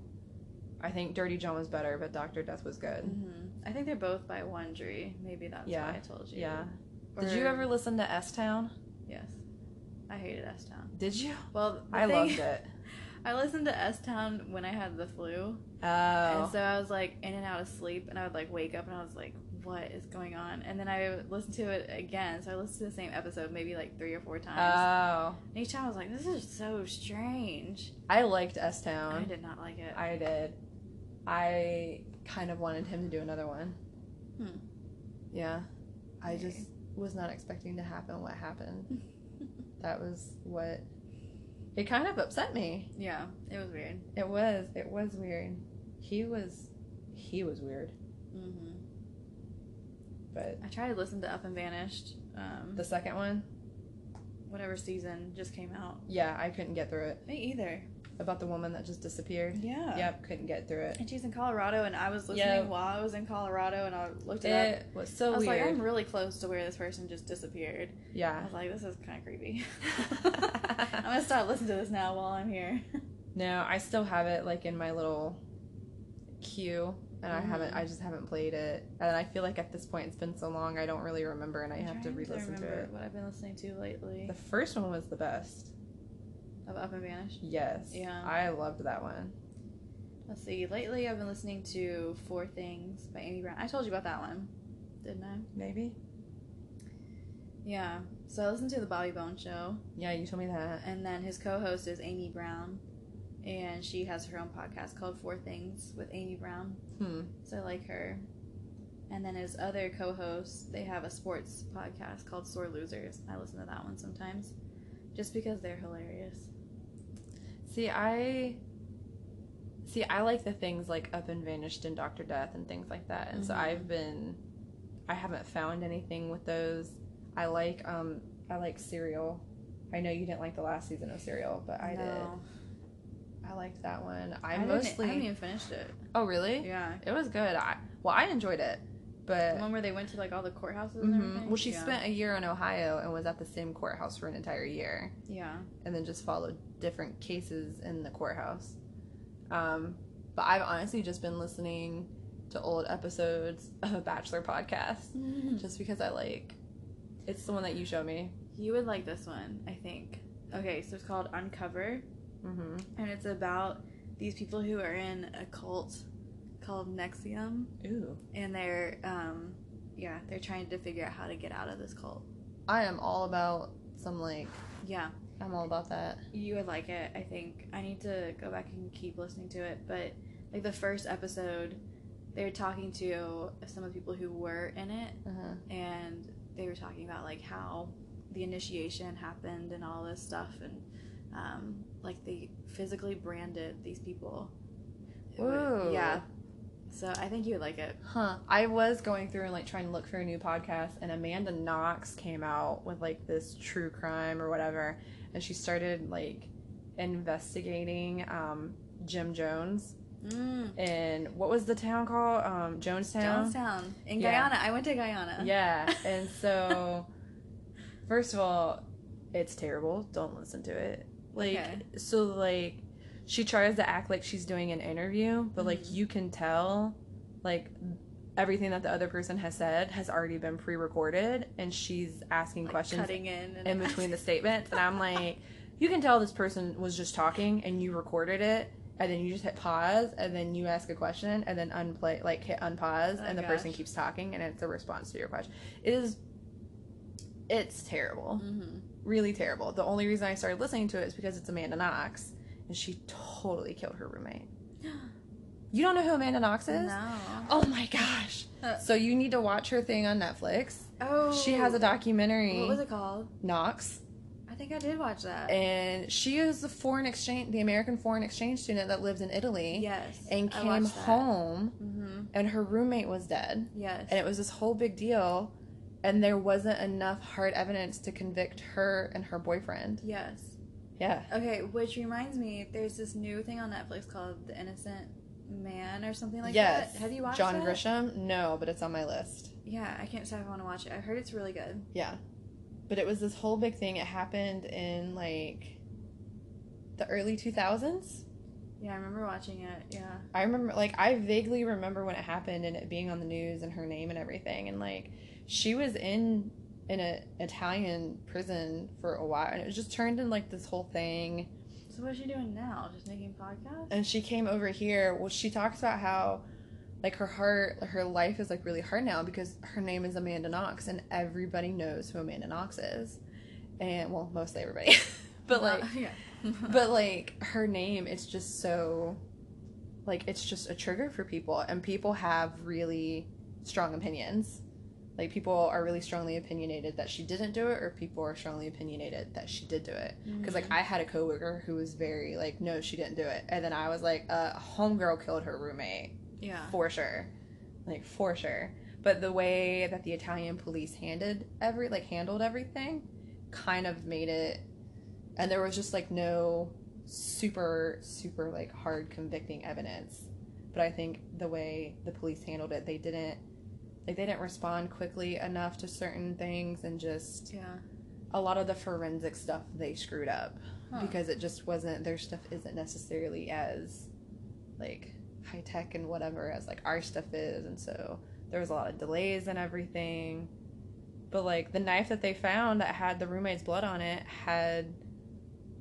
Speaker 1: I think Dirty John was better, but Dr. Death was good.
Speaker 2: hmm I think they're both by one jury. Maybe that's
Speaker 1: Yeah.
Speaker 2: why I told you.
Speaker 1: Yeah. Did you
Speaker 2: Or-
Speaker 1: ever listen to S Town?
Speaker 2: Yes. I hated S Town.
Speaker 1: Did you?
Speaker 2: Well, the
Speaker 1: I
Speaker 2: thing-
Speaker 1: loved it.
Speaker 2: (laughs) I listened to S Town when I had the flu,
Speaker 1: (laughs) Oh.
Speaker 2: and so I was like in and out of sleep, and I would like wake up, and I was like, "What is going on?" And then I listened to it again. So I listened to the same episode maybe like three or four times.
Speaker 1: oh.
Speaker 2: and each time I was like, "This is so strange."
Speaker 1: I liked S
Speaker 2: I
Speaker 1: Town.
Speaker 2: did not like it.
Speaker 1: Uh-huh. I did. I kind of wanted him to do another one.
Speaker 2: Hmm.
Speaker 1: Yeah. I
Speaker 2: Okay.
Speaker 1: just was not expecting to happen what happened. That was what it kind of upset me.
Speaker 2: yeah, it was weird.
Speaker 1: It was. It was weird. He was he was weird.
Speaker 2: hmm
Speaker 1: But
Speaker 2: I tried to listen to Up and Vanished. Um,
Speaker 1: the second one
Speaker 2: whatever season just came out.
Speaker 1: Yeah, I couldn't get through it.
Speaker 2: Me either.
Speaker 1: About the woman that just disappeared.
Speaker 2: Yeah.
Speaker 1: Yep, couldn't get through it.
Speaker 2: And she's in Colorado, and I was listening
Speaker 1: Yeah.
Speaker 2: while I was in Colorado, and I looked it, up.
Speaker 1: It was "Oh so
Speaker 2: I was
Speaker 1: weird.
Speaker 2: like, I'm really close to where this person just disappeared. I
Speaker 1: yeah.
Speaker 2: was like, this is kind
Speaker 1: (laughs)
Speaker 2: of creepy. (laughs) I'm gonna start listening to this now while I'm here.
Speaker 1: No, I still have it like in my little queue, and
Speaker 2: Mm.
Speaker 1: I haven't. I just haven't played it, and I feel like at this point it's been so long I don't really remember, and I
Speaker 2: I'm
Speaker 1: have to
Speaker 2: trying
Speaker 1: re-listen to,
Speaker 2: remember
Speaker 1: it.
Speaker 2: What I've been listening to lately
Speaker 1: The first one was the best.
Speaker 2: of Up and Vanished.
Speaker 1: Yes.
Speaker 2: Yeah.
Speaker 1: I loved that one.
Speaker 2: Let's see. Lately, I've been listening to Four Things by Amy Brown. I told you about that one, didn't I?
Speaker 1: Maybe.
Speaker 2: Yeah. So I listened to the Bobby Bone Show.
Speaker 1: Yeah, you told me that.
Speaker 2: and then his co-host is Amy Brown, and she has her own podcast called Four Things with Amy Brown.
Speaker 1: Hmm.
Speaker 2: So I like her. And then his other co-hosts, they have a sports podcast called Sore Losers. I listen to that one sometimes, just because they're hilarious.
Speaker 1: See, I see. I like the things like Up and Vanished and Doctor Death and things like that. And so
Speaker 2: Mhm.
Speaker 1: I've been, I haven't found anything with those. I like, um, I like Serial. I know you didn't like the last season of Serial, but I did. I liked that one. I,
Speaker 2: I, mostly. I haven't
Speaker 1: mostly.
Speaker 2: even finished it.
Speaker 1: Oh, really?
Speaker 2: Yeah,
Speaker 1: It was good. I well, I enjoyed it, but.
Speaker 2: the one where they went to like all the courthouses and
Speaker 1: Mhm.
Speaker 2: everything.
Speaker 1: Well, she
Speaker 2: yeah.
Speaker 1: spent a year in Ohio and was at the same courthouse for an entire year.
Speaker 2: Yeah,
Speaker 1: and then just followed different cases in the courthouse. Um, but I've honestly just been listening to old episodes (laughs) of a Bachelor podcast just because I like it's the one that you show me.
Speaker 2: You would like this one, I think. Okay, so it's called Uncover,
Speaker 1: Mm-hmm.
Speaker 2: and it's about these people who are in a cult called Nexium,
Speaker 1: Ooh.
Speaker 2: and they're, um, yeah, they're trying to figure out how to get out of this cult.
Speaker 1: I am all about some like
Speaker 2: Yeah,
Speaker 1: I'm all about that.
Speaker 2: you would like it, I think. I need to go back and keep listening to it, but like the first episode, they were talking to some of the people who were in it,
Speaker 1: Uh-huh.
Speaker 2: and they were talking about like how the initiation happened and all this stuff and um, like they physically branded these people It was-
Speaker 1: Ooh.
Speaker 2: yeah so i think you would like it
Speaker 1: Huh. I was going through and like trying to look for a new podcast, and Amanda Knox came out with like this true crime or whatever, and she started like investigating um, Jim Jones
Speaker 2: mm.
Speaker 1: in what was the town called? Um, Jonestown.
Speaker 2: jonestown in
Speaker 1: Yeah.
Speaker 2: guyana i went to guyana
Speaker 1: (laughs) Yeah. And so, first of all, it's terrible. Don't listen to it. Like,
Speaker 2: Okay.
Speaker 1: so like, she tries to act like she's doing an interview, but like
Speaker 2: Mhm.
Speaker 1: you can tell, like. Everything that the other person has said has already been pre-recorded, and she's asking
Speaker 2: like,
Speaker 1: questions
Speaker 2: cutting in and (laughs)
Speaker 1: in between the statements. And I'm like, you can tell this person was just talking, and you recorded it, and then you just hit pause, and then you ask a question, and then unplay, like hit unpause,
Speaker 2: Oh,
Speaker 1: and the
Speaker 2: gosh.
Speaker 1: person keeps talking, and it's a response to your question. It is, it's terrible,
Speaker 2: hmm
Speaker 1: really terrible. The only reason I started listening to it is because it's Amanda Knox, and she totally killed her roommate. (gasps) You don't know who Amanda Knox is?
Speaker 2: no
Speaker 1: Oh my gosh!
Speaker 2: Uh.
Speaker 1: So you need to watch her thing on Netflix.
Speaker 2: oh
Speaker 1: She has a documentary,
Speaker 2: what was it called
Speaker 1: Knox.
Speaker 2: i think i did watch that
Speaker 1: and she is the foreign exchange, the American foreign exchange student that lives in Italy,
Speaker 2: yes
Speaker 1: and
Speaker 2: I
Speaker 1: came
Speaker 2: watched that.
Speaker 1: home,
Speaker 2: Mhm.
Speaker 1: and her roommate was dead,
Speaker 2: yes
Speaker 1: and it was this whole big deal, and there wasn't enough hard evidence to convict her and her boyfriend.
Speaker 2: yes
Speaker 1: Yeah,
Speaker 2: Okay, which reminds me, there's this new thing on Netflix called The Innocent Man or something like
Speaker 1: yes.
Speaker 2: that. Have you watched
Speaker 1: John
Speaker 2: that?
Speaker 1: Grisham? No, but it's on my list.
Speaker 2: Yeah, I can't decide if I want to watch it. I heard it's really good.
Speaker 1: Yeah, but it was this whole big thing. It happened in like the early two thousands.
Speaker 2: Yeah, I remember watching it. Yeah.
Speaker 1: I remember, like, I vaguely remember when it happened and it being on the news and her name and everything. And like, she was in in an Italian prison for a while, and it was just turned in like this whole thing.
Speaker 2: So what's she doing now? Just making podcasts?
Speaker 1: And she came over here. Well, she talks about how like her heart, her life is like really hard now because her name is Amanda Knox, and everybody knows who Amanda Knox is, and well, mostly everybody, (laughs) but
Speaker 2: Well, (laughs)
Speaker 1: like
Speaker 2: yeah.
Speaker 1: (laughs) but like her name it's just so like it's just a trigger for people and people have really strong opinions like people are really strongly opinionated that she didn't do it or people are strongly opinionated that she did do it because like i had a coworker who was very like no she didn't do it and then i was like uh homegirl killed her roommate
Speaker 2: yeah.
Speaker 1: for sure like for sure but the way that the italian police handed every like handled everything kind of made it and there was just like no super super like hard convicting evidence but i think the way the police handled it they didn't like they didn't respond quickly enough to certain things and just
Speaker 2: Yeah.
Speaker 1: a lot of the forensic stuff they screwed up
Speaker 2: Huh.
Speaker 1: because it just wasn't their stuff isn't necessarily as like high tech and whatever as like our stuff is and so there was a lot of delays and everything but like the knife that they found that had the roommate's blood on it had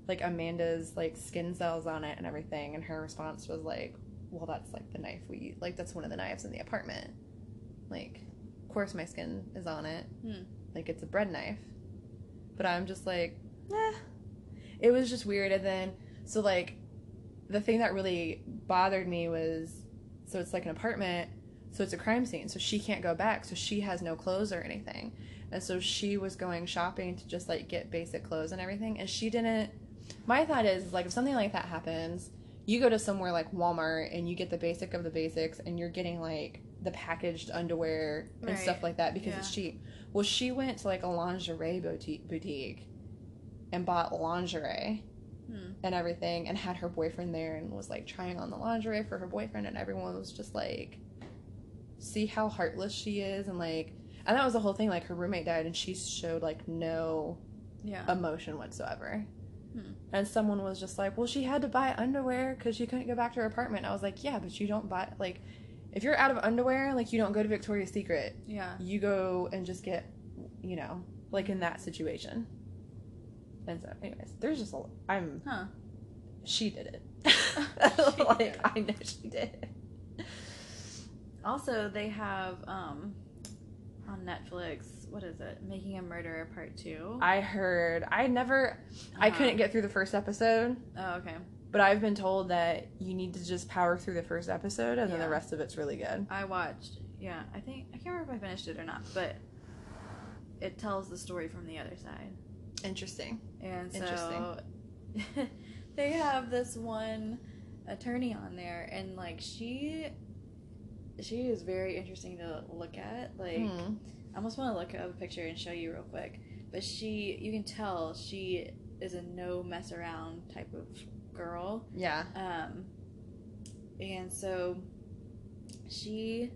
Speaker 1: like Amanda's like skin cells on it and everything and her response was like well that's like the knife we use. like that's one of the knives in the apartment like of course my skin is on it
Speaker 2: Hmm.
Speaker 1: like it's a bread knife but I'm just like eh. it was just weird and then so like the thing that really bothered me was so it's like an apartment so it's a crime scene so she can't go back so she has no clothes or anything and so she was going shopping to just like get basic clothes and everything and she didn't my thought is like if something like that happens you go to somewhere like Walmart and you get the basic of the basics and you're getting like the packaged underwear and
Speaker 2: Right.
Speaker 1: stuff like that because it's cheap well she went to like a lingerie boutique boutique and bought lingerie
Speaker 2: Hmm.
Speaker 1: and everything and had her boyfriend there and was like trying on the lingerie for her boyfriend and everyone was just like see how heartless she is and like and that was the whole thing like her roommate died and she showed like no
Speaker 2: Yeah.
Speaker 1: emotion whatsoever
Speaker 2: Hmm.
Speaker 1: and someone was just like well she had to buy underwear because she couldn't go back to her apartment i was like yeah but you don't buy like if you're out of underwear, like you don't go to Victoria's Secret.
Speaker 2: Yeah.
Speaker 1: You go and just get, you know, like in that situation. And so, anyways, there's just a. I'm.
Speaker 2: Huh.
Speaker 1: She did (laughs) it.
Speaker 2: She
Speaker 1: like
Speaker 2: did.
Speaker 1: I know she did.
Speaker 2: Also, they have um on Netflix. What is it? Making a Murderer Part 2
Speaker 1: I heard. I never. I couldn't get through the first episode,
Speaker 2: Oh, okay.
Speaker 1: but I've been told that you need to just power through the first episode, and then
Speaker 2: Yeah.
Speaker 1: the rest of it's really good.
Speaker 2: I watched. Yeah, I think I can't remember if I finished it or not, but it tells the story from the other side.
Speaker 1: Interesting.
Speaker 2: And so
Speaker 1: Interesting.
Speaker 2: (laughs) they have this one attorney on there and like she she is very interesting to look at. Like
Speaker 1: Hmm.
Speaker 2: I almost want to look up a picture and show you real quick. But she you can tell she is a no mess around type of girl.
Speaker 1: (laughs) Yeah.
Speaker 2: Um, and so she,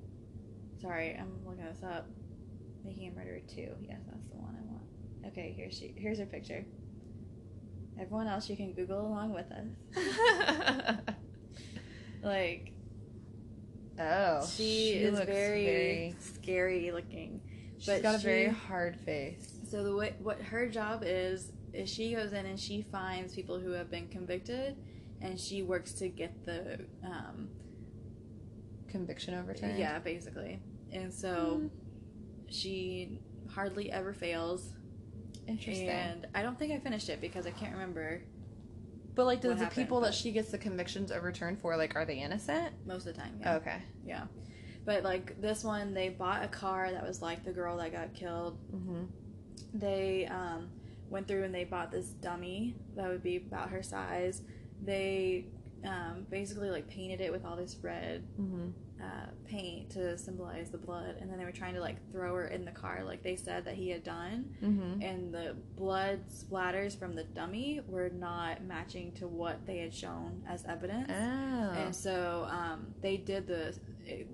Speaker 2: sorry, I'm looking this up. Making a Murderer 2. Yes, that's the one I want. Okay, here she, here's her picture. Everyone else, you can Google along with us. like
Speaker 1: oh,
Speaker 2: she, is
Speaker 1: looks
Speaker 2: very, scary looking.
Speaker 1: She's
Speaker 2: but
Speaker 1: got a very
Speaker 2: she-
Speaker 1: hard face.
Speaker 2: So the way, what her job is is she goes in and she finds people who have been convicted, and she works to get the um,
Speaker 1: Conviction Hmm. overturned.
Speaker 2: Yeah, basically. And so she hardly ever fails.
Speaker 1: Interesting.
Speaker 2: And I don't think I finished it because I can't remember
Speaker 1: but like,
Speaker 2: what
Speaker 1: does the
Speaker 2: happened,
Speaker 1: people
Speaker 2: but-
Speaker 1: that she gets the convictions overturned for, like, are they innocent?
Speaker 2: most of the time. Yeah.
Speaker 1: Okay.
Speaker 2: Yeah. But like this one, they bought a car that was like the girl that got killed.
Speaker 1: Mm-hmm.
Speaker 2: They um, went through and they bought this dummy that would be about her size. They um, basically like painted it with all this red
Speaker 1: Mm-hmm.
Speaker 2: uh, paint to symbolize the blood, and then they were trying to like throw her in the car, like they said that he had done.
Speaker 1: Mm-hmm.
Speaker 2: and the blood splatters from the dummy were not matching to what they had shown as evidence.
Speaker 1: Oh.
Speaker 2: And so um, they did the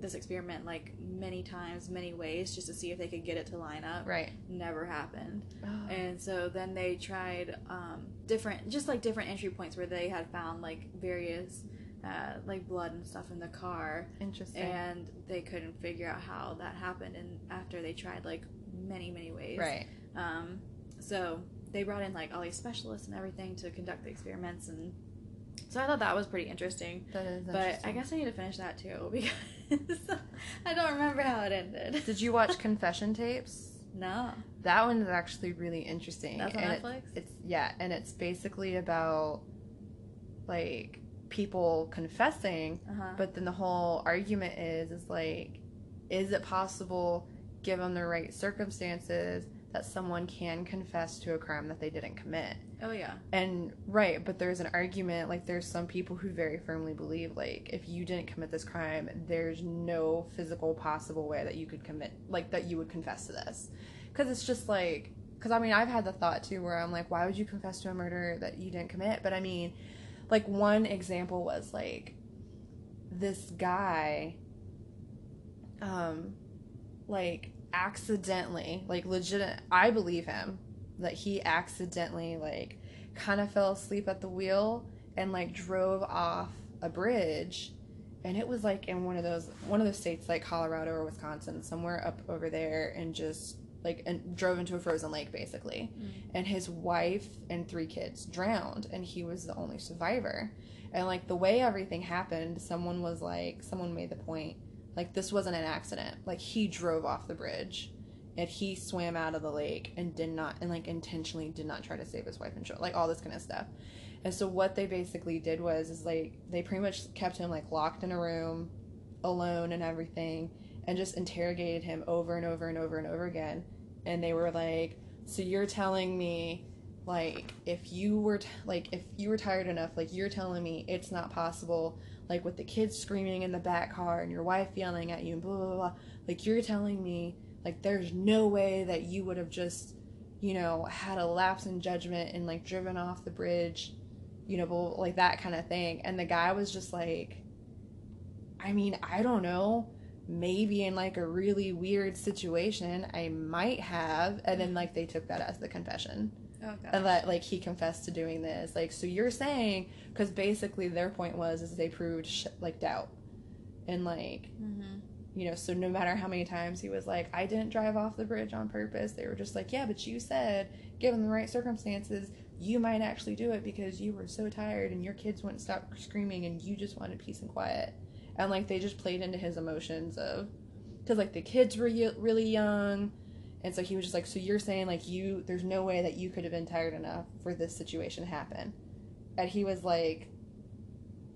Speaker 2: this experiment like many times, many ways, just to see if they could get it to line up.
Speaker 1: Right.
Speaker 2: Never happened.
Speaker 1: Oh.
Speaker 2: And so then they tried um, different, just like different entry points where they had found like various uh, like blood and stuff in the car
Speaker 1: (gasps) Interesting.
Speaker 2: and they couldn't figure out how that happened and after they tried like many many ways
Speaker 1: right.
Speaker 2: um, so they brought in like all these specialists and everything to conduct the experiments, and so I thought that was pretty interesting.
Speaker 1: That is
Speaker 2: But I
Speaker 1: interesting.
Speaker 2: guess I need to finish that too (laughs) because I don't remember how it ended.
Speaker 1: Did you watch Confession Tapes?
Speaker 2: No,
Speaker 1: That one is actually really interesting.
Speaker 2: that's on
Speaker 1: and it-
Speaker 2: Netflix.
Speaker 1: it's yeah, and it's basically about like people confessing
Speaker 2: Uh huh.
Speaker 1: But then the whole argument is is like, is it possible, given the right circumstances, that someone can confess to a crime that they didn't commit?
Speaker 2: Oh yeah.
Speaker 1: And right, but there's an argument like there's some people who very firmly believe like if you didn't commit this crime, there's no physical possible way that you could commit like that you would confess to this. Cuz it's just like cuz I mean, I've had the thought too where I'm like why would you confess to a murder that you didn't commit? But I mean, like one example was like this guy um like accidentally, like legit I believe him that he accidentally like kind of fell asleep at the wheel and like drove off a bridge and it was like in one of those one of those states like colorado or wisconsin somewhere up over there and just like and drove into a frozen lake basically and his wife and three kids drowned and he was the only survivor and like the way everything happened someone was like someone made the point like this wasn't an accident like he drove off the bridge and he swam out of the lake and did not and like intentionally did not try to save his wife and children like all this kind of stuff and so what they basically did was is like they pretty much kept him like locked in a room alone and everything and just interrogated him over and over and over and over again and they were like so you're telling me like if you were t- like if you were tired enough like you're telling me it's not possible like with the kids screaming in the back car and your wife yelling at you and blah blah blah, blah like you're telling me like there's no way that you would have just you know had a lapse in judgment and like driven off the bridge you know blah, blah, like that kind of thing and the guy was just like i mean i don't know maybe in like a really weird situation i might have and then like they took that as the confession
Speaker 2: Oh god.
Speaker 1: and that like he confessed to doing this like so you're saying because basically their point was is they proved sh- like doubt and like
Speaker 2: Mm-hmm.
Speaker 1: you know so no matter how many times he was like i didn't drive off the bridge on purpose they were just like yeah but you said given the right circumstances you might actually do it because you were so tired and your kids wouldn't stop screaming and you just wanted peace and quiet and like they just played into his emotions of because like the kids were ye- really young and so he was just like so you're saying like you there's no way that you could have been tired enough for this situation to happen and he was like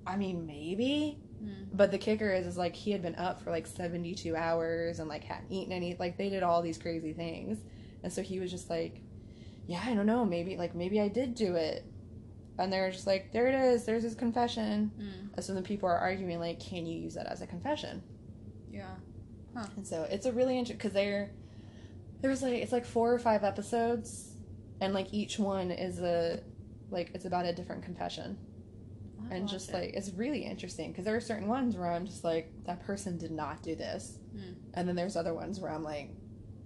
Speaker 1: i mean maybe
Speaker 2: Mm-hmm.
Speaker 1: but the kicker is, is like he had been up for like 72 hours and like hadn't eaten any. Like they did all these crazy things, and so he was just like, "Yeah, I don't know. Maybe like maybe I did do it." And they're just like, "There it is. There's his confession."
Speaker 2: Mm.
Speaker 1: And so then people are arguing like, "Can you use that as a confession?"
Speaker 2: Yeah.
Speaker 1: And so it's a really interesting because they're there was like it's like four or five episodes, and like each one is a like it's about a different confession
Speaker 2: I'll
Speaker 1: and
Speaker 2: watch
Speaker 1: just
Speaker 2: it.
Speaker 1: like it's really interesting because there are certain ones where I'm just like that person did not do this,
Speaker 2: Hmm.
Speaker 1: and then there's other ones where I'm like,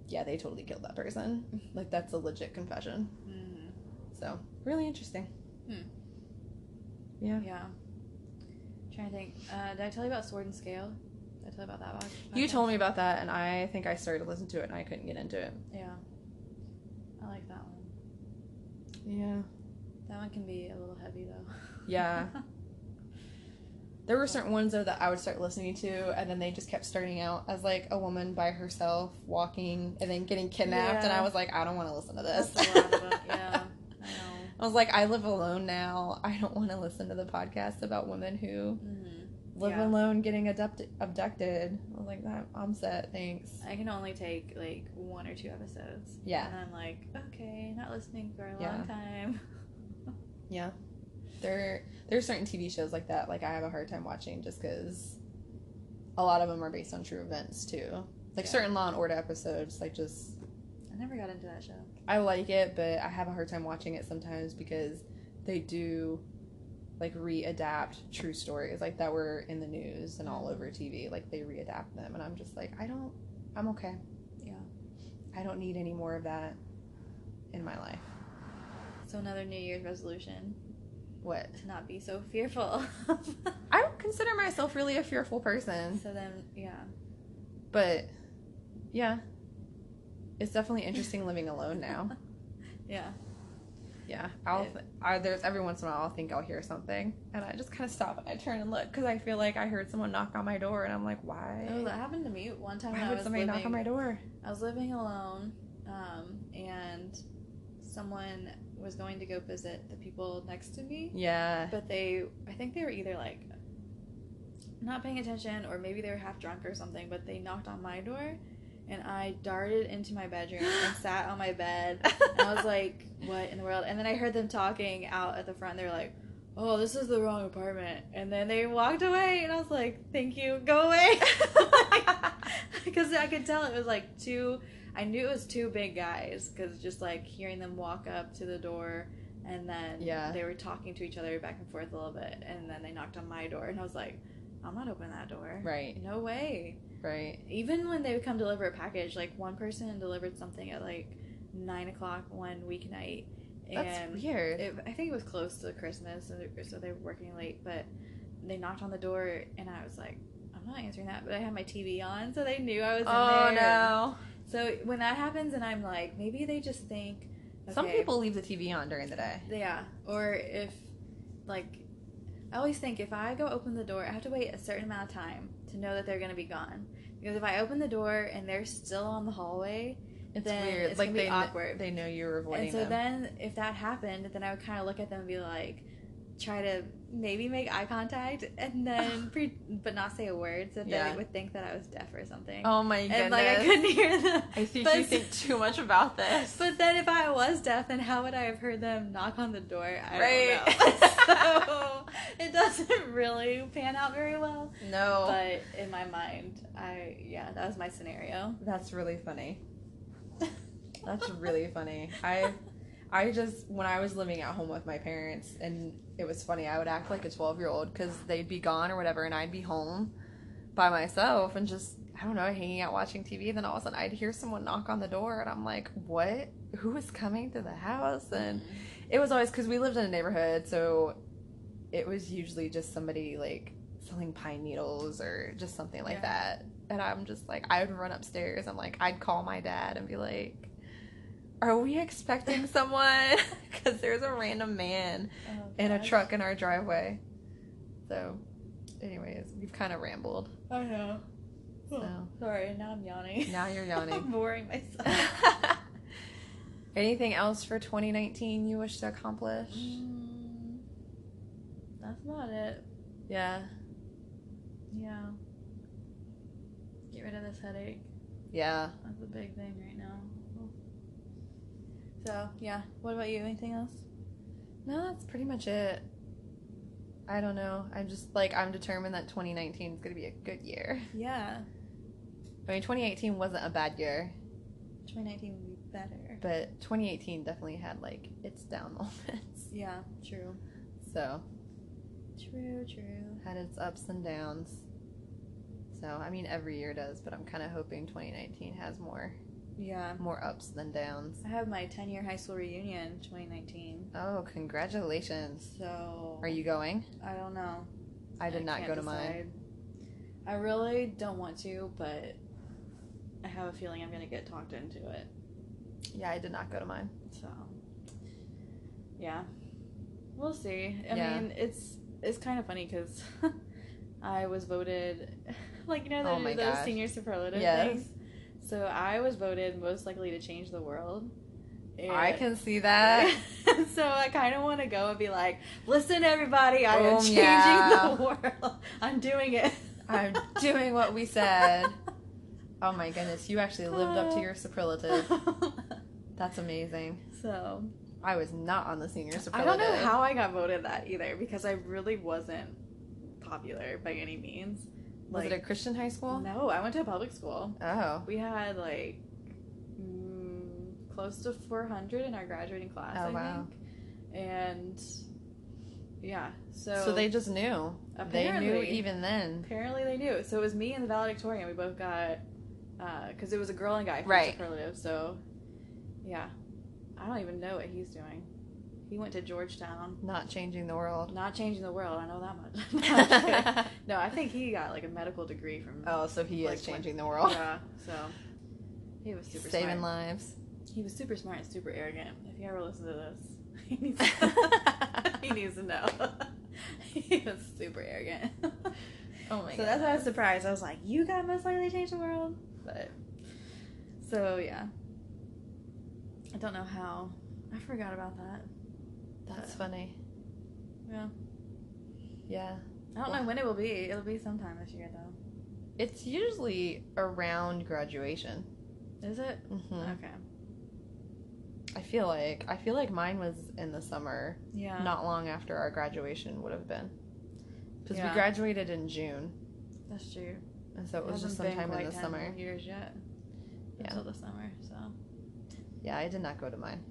Speaker 1: yeah, they totally killed that person.
Speaker 2: (laughs)
Speaker 1: like that's a legit confession.
Speaker 2: Mhm.
Speaker 1: So really interesting.
Speaker 2: Hmm.
Speaker 1: Yeah.
Speaker 2: Yeah. trying to think. Uh, did I tell you about Sword and Scale? Did I tell you about that box?
Speaker 1: You told me about that, and I think I started to listen to it, and I couldn't get into it.
Speaker 2: Yeah. I like that one.
Speaker 1: Yeah.
Speaker 2: That one can be a little heavy though.
Speaker 1: Yeah. There were certain ones though that I would start listening to, and then they just kept starting out as like a woman by herself walking, and then getting kidnapped, and
Speaker 2: Yeah.
Speaker 1: I was like, I don't want to listen to this.
Speaker 2: (laughs) That's a lot
Speaker 1: (laughs)
Speaker 2: of it. Yeah. I know.
Speaker 1: I was like, I live alone now. I don't want to listen to the podcast about women who
Speaker 2: hmm
Speaker 1: live
Speaker 2: Yeah.
Speaker 1: alone getting abducted. Abducted. I was like, that I'm set. Thanks.
Speaker 2: I can only take like one or two episodes.
Speaker 1: Yeah,
Speaker 2: And I'm like, okay, not listening for a
Speaker 1: Yeah.
Speaker 2: long time.
Speaker 1: yeah. There, there are certain TV shows like that. Like I have a hard time watching just because a lot of them are based on true events too. Like
Speaker 2: Yeah.
Speaker 1: certain Law and Order episodes, like just
Speaker 2: I never got into that show.
Speaker 1: I like it, but I have a hard time watching it sometimes because they do like readapt true stories like that were in the news and all over TV. Like they readapt them, and I'm just like, I don't, I'm okay.
Speaker 2: Yeah.
Speaker 1: I don't need any more of that in my life.
Speaker 2: So another New Year's resolution
Speaker 1: What?
Speaker 2: to not be so (laughs) fearful.
Speaker 1: I don't consider myself really a fearful person,
Speaker 2: so then, yeah.
Speaker 1: but yeah, it's definitely interesting living alone now.
Speaker 2: Yeah.
Speaker 1: Yeah, I'll.
Speaker 2: It-
Speaker 1: I, there's every once in a while I'll think I'll hear something, and I just kind of stop and I turn and look because I feel like I heard someone knock on my door, and I'm like, why?
Speaker 2: Oh, that happened to me one time. when
Speaker 1: why
Speaker 2: I
Speaker 1: would
Speaker 2: was
Speaker 1: somebody knock on
Speaker 2: living-
Speaker 1: my door?
Speaker 2: I was living alone, um, and someone was going to go visit the people next to me,
Speaker 1: Yeah. (laughs)
Speaker 2: but they, I think they were either like not paying attention or maybe they were half drunk or something, but they knocked on my door, and I darted into my bedroom and sat on my bed. And I was like, what in the world? And then I heard them talking out at the front. They were like, oh, this is the wrong apartment. And then they walked away, and I was like, thank you, go away. (laughs) Because I could tell it was like two, I knew it was two big guys, because just like hearing them walk up to the door. And then
Speaker 1: Yeah.
Speaker 2: they were talking to each other back and forth a little bit. And then they knocked on my door, and I was like, I'm not opening that door.
Speaker 1: right,
Speaker 2: No way
Speaker 1: right.
Speaker 2: even when they would come deliver a package, like one person delivered something at like nine o'clock one weeknight,
Speaker 1: That's
Speaker 2: and
Speaker 1: weird.
Speaker 2: it, I think it was close to Christmas, so they, so they were working late. But they knocked on the door, and I was like, "I'm not answering that." But I had my TV on, so they knew I was.
Speaker 1: Oh,
Speaker 2: in there. So when that happens, and I'm like, maybe they just think. Okay,
Speaker 1: Some people leave the TV on during the day.
Speaker 2: yeah. Or if, like, I always think if I go open the door, I have to wait a certain amount of time to know that they're going to be gone. Because if I open the door and they're still on the hallway,
Speaker 1: It's
Speaker 2: Then
Speaker 1: weird.
Speaker 2: it's
Speaker 1: like
Speaker 2: gonna be
Speaker 1: they
Speaker 2: awkward.
Speaker 1: they know you're avoiding
Speaker 2: and so
Speaker 1: them.
Speaker 2: then if that happened, then I would kind of look at them and be like, try to maybe make eye contact
Speaker 1: (sighs)
Speaker 2: and then, pre- but not say a word so that
Speaker 1: Yeah.
Speaker 2: they would think that I was deaf or something.
Speaker 1: oh my goodness.
Speaker 2: and like I couldn't hear them.
Speaker 1: (laughs) I think
Speaker 2: but-
Speaker 1: you
Speaker 2: (laughs)
Speaker 1: think too much about this.
Speaker 2: But then if I was deaf, then how would I have heard them knock on the door? I
Speaker 1: Right.
Speaker 2: don't know. (laughs) so it doesn't (laughs) really pan out very well.
Speaker 1: no.
Speaker 2: But in my mind, I yeah, that was my scenario.
Speaker 1: That's really funny. (laughs) That's really funny. I I just when I was living at home with my parents and it was funny, I would act like a 12-year-old cuz they'd be gone or whatever and I'd be home by myself and just I don't know, hanging out watching TV, then all of a sudden I'd hear someone knock on the door and I'm like, "What? Who is coming to the house?" And it was always cuz we lived in a neighborhood, so it was usually just somebody like selling pine needles or just something like
Speaker 2: Yeah.
Speaker 1: that. And I'm just like, I would run upstairs. I'm like, I'd call my dad and be like, Are we
Speaker 2: (laughs)
Speaker 1: expecting someone? (laughs) Because there's a random man
Speaker 2: (laughs) Oh,
Speaker 1: in a
Speaker 2: gosh.
Speaker 1: truck in our driveway. So, anyways, we've kind of rambled.
Speaker 2: I know. Oh, (laughs)
Speaker 1: So. (laughs)
Speaker 2: Sorry, now I'm yawning.
Speaker 1: Now you're
Speaker 2: (laughs) I'm
Speaker 1: yawning. (laughs)
Speaker 2: boring myself.
Speaker 1: Anything else for 2019 you wish to accomplish?
Speaker 2: Mm, that's about it.
Speaker 1: Yeah.
Speaker 2: Yeah. Get rid of this headache.
Speaker 1: Yeah.
Speaker 2: That's a big thing right now. So, yeah. What about you? Anything else?
Speaker 1: No, that's pretty much it. I don't know. I'm just like I'm determined that 2019 is going to be a good year.
Speaker 2: Yeah.
Speaker 1: I mean, 2018 wasn't a bad year,
Speaker 2: 2019 would be better.
Speaker 1: but 2018 definitely had like its down (laughs) moments.
Speaker 2: Yeah, true.
Speaker 1: So,
Speaker 2: True, true.
Speaker 1: had its ups and downs. So, I mean, every year does, but I'm kind of hoping 2019 has more
Speaker 2: Yeah.
Speaker 1: more ups than downs.
Speaker 2: I have my 10 year high school reunion in 2019.
Speaker 1: Oh, congratulations.
Speaker 2: So.
Speaker 1: Are you going?
Speaker 2: I don't know.
Speaker 1: I did not
Speaker 2: can't
Speaker 1: go to mine.
Speaker 2: decide. I really don't want to, but I have a feeling I'm going to get talked into it.
Speaker 1: Yeah, I did not go to mine.
Speaker 2: So, yeah, we'll see. I
Speaker 1: Yeah.
Speaker 2: mean, it's it's kind of funny because (laughs) I was voted (laughs) like you know they
Speaker 1: Oh
Speaker 2: do
Speaker 1: my
Speaker 2: those
Speaker 1: gosh.
Speaker 2: senior superlative
Speaker 1: Yes.
Speaker 2: things. So I was voted most likely to change the world.
Speaker 1: I
Speaker 2: (laughs)
Speaker 1: can see that.
Speaker 2: so I kind of want to go and be like, listen, everybody, I am
Speaker 1: Boom,
Speaker 2: changing
Speaker 1: yeah.
Speaker 2: the (laughs) world. I'm doing it.
Speaker 1: I'm doing what we
Speaker 2: (laughs)
Speaker 1: said. Oh my goodness, you actually lived up to your superlative.
Speaker 2: (laughs)
Speaker 1: That's amazing.
Speaker 2: so
Speaker 1: I was not on the senior
Speaker 2: I
Speaker 1: superlative.
Speaker 2: don't know how I got voted that either because I really wasn't popular by any means.
Speaker 1: Was
Speaker 2: Like,
Speaker 1: it a Christian high school?
Speaker 2: no, I went to a public school.
Speaker 1: Oh.
Speaker 2: We had like mm, close to 400 in our graduating class.
Speaker 1: Oh,
Speaker 2: I
Speaker 1: wow.
Speaker 2: think. And yeah, so
Speaker 1: So, they just knew.
Speaker 2: apparently,
Speaker 1: They knew even then.
Speaker 2: apparently they knew. So it was me and the valedictorian. We both got because it was a girl and guy for
Speaker 1: Right.
Speaker 2: superlative. So yeah, I don't even know what he's doing. He went to Georgetown.
Speaker 1: Not changing the
Speaker 2: (laughs)
Speaker 1: world. (laughs)
Speaker 2: Not changing the world. I know (laughs) that much. no, I think he got like a medical degree from.
Speaker 1: oh, so he
Speaker 2: Like,
Speaker 1: is
Speaker 2: when-
Speaker 1: changing the world.
Speaker 2: Yeah, so he was super
Speaker 1: Oh. Saving
Speaker 2: smart. (laughs)
Speaker 1: lives.
Speaker 2: He was super smart and super arrogant. If you ever listen to this, (laughs) he needs
Speaker 1: (laughs)
Speaker 2: he
Speaker 1: oh
Speaker 2: needs to know. (laughs) he was super arrogant. (laughs)
Speaker 1: Oh my (laughs)
Speaker 2: so
Speaker 1: god.
Speaker 2: that's why I was surprised. I was like, "You got most likely to change the world," but so yeah. I don't know how. I forgot about that. uh,
Speaker 1: That's funny.
Speaker 2: Yeah,
Speaker 1: Yeah.
Speaker 2: I don't know when it will be. It'll be sometime this year, though.
Speaker 1: It's usually around graduation.
Speaker 2: Is it?
Speaker 1: hmm
Speaker 2: Okay.
Speaker 1: I feel like I feel like mine was in the summer,
Speaker 2: Yeah.
Speaker 1: not long after our graduation would have been, because
Speaker 2: Yeah.
Speaker 1: we graduated in June,
Speaker 2: That's true.
Speaker 1: and so it was just sometime in the summer.
Speaker 2: Years yet.
Speaker 1: Yeah.
Speaker 2: Until the summer, so
Speaker 1: Yeah, I did not go to mine.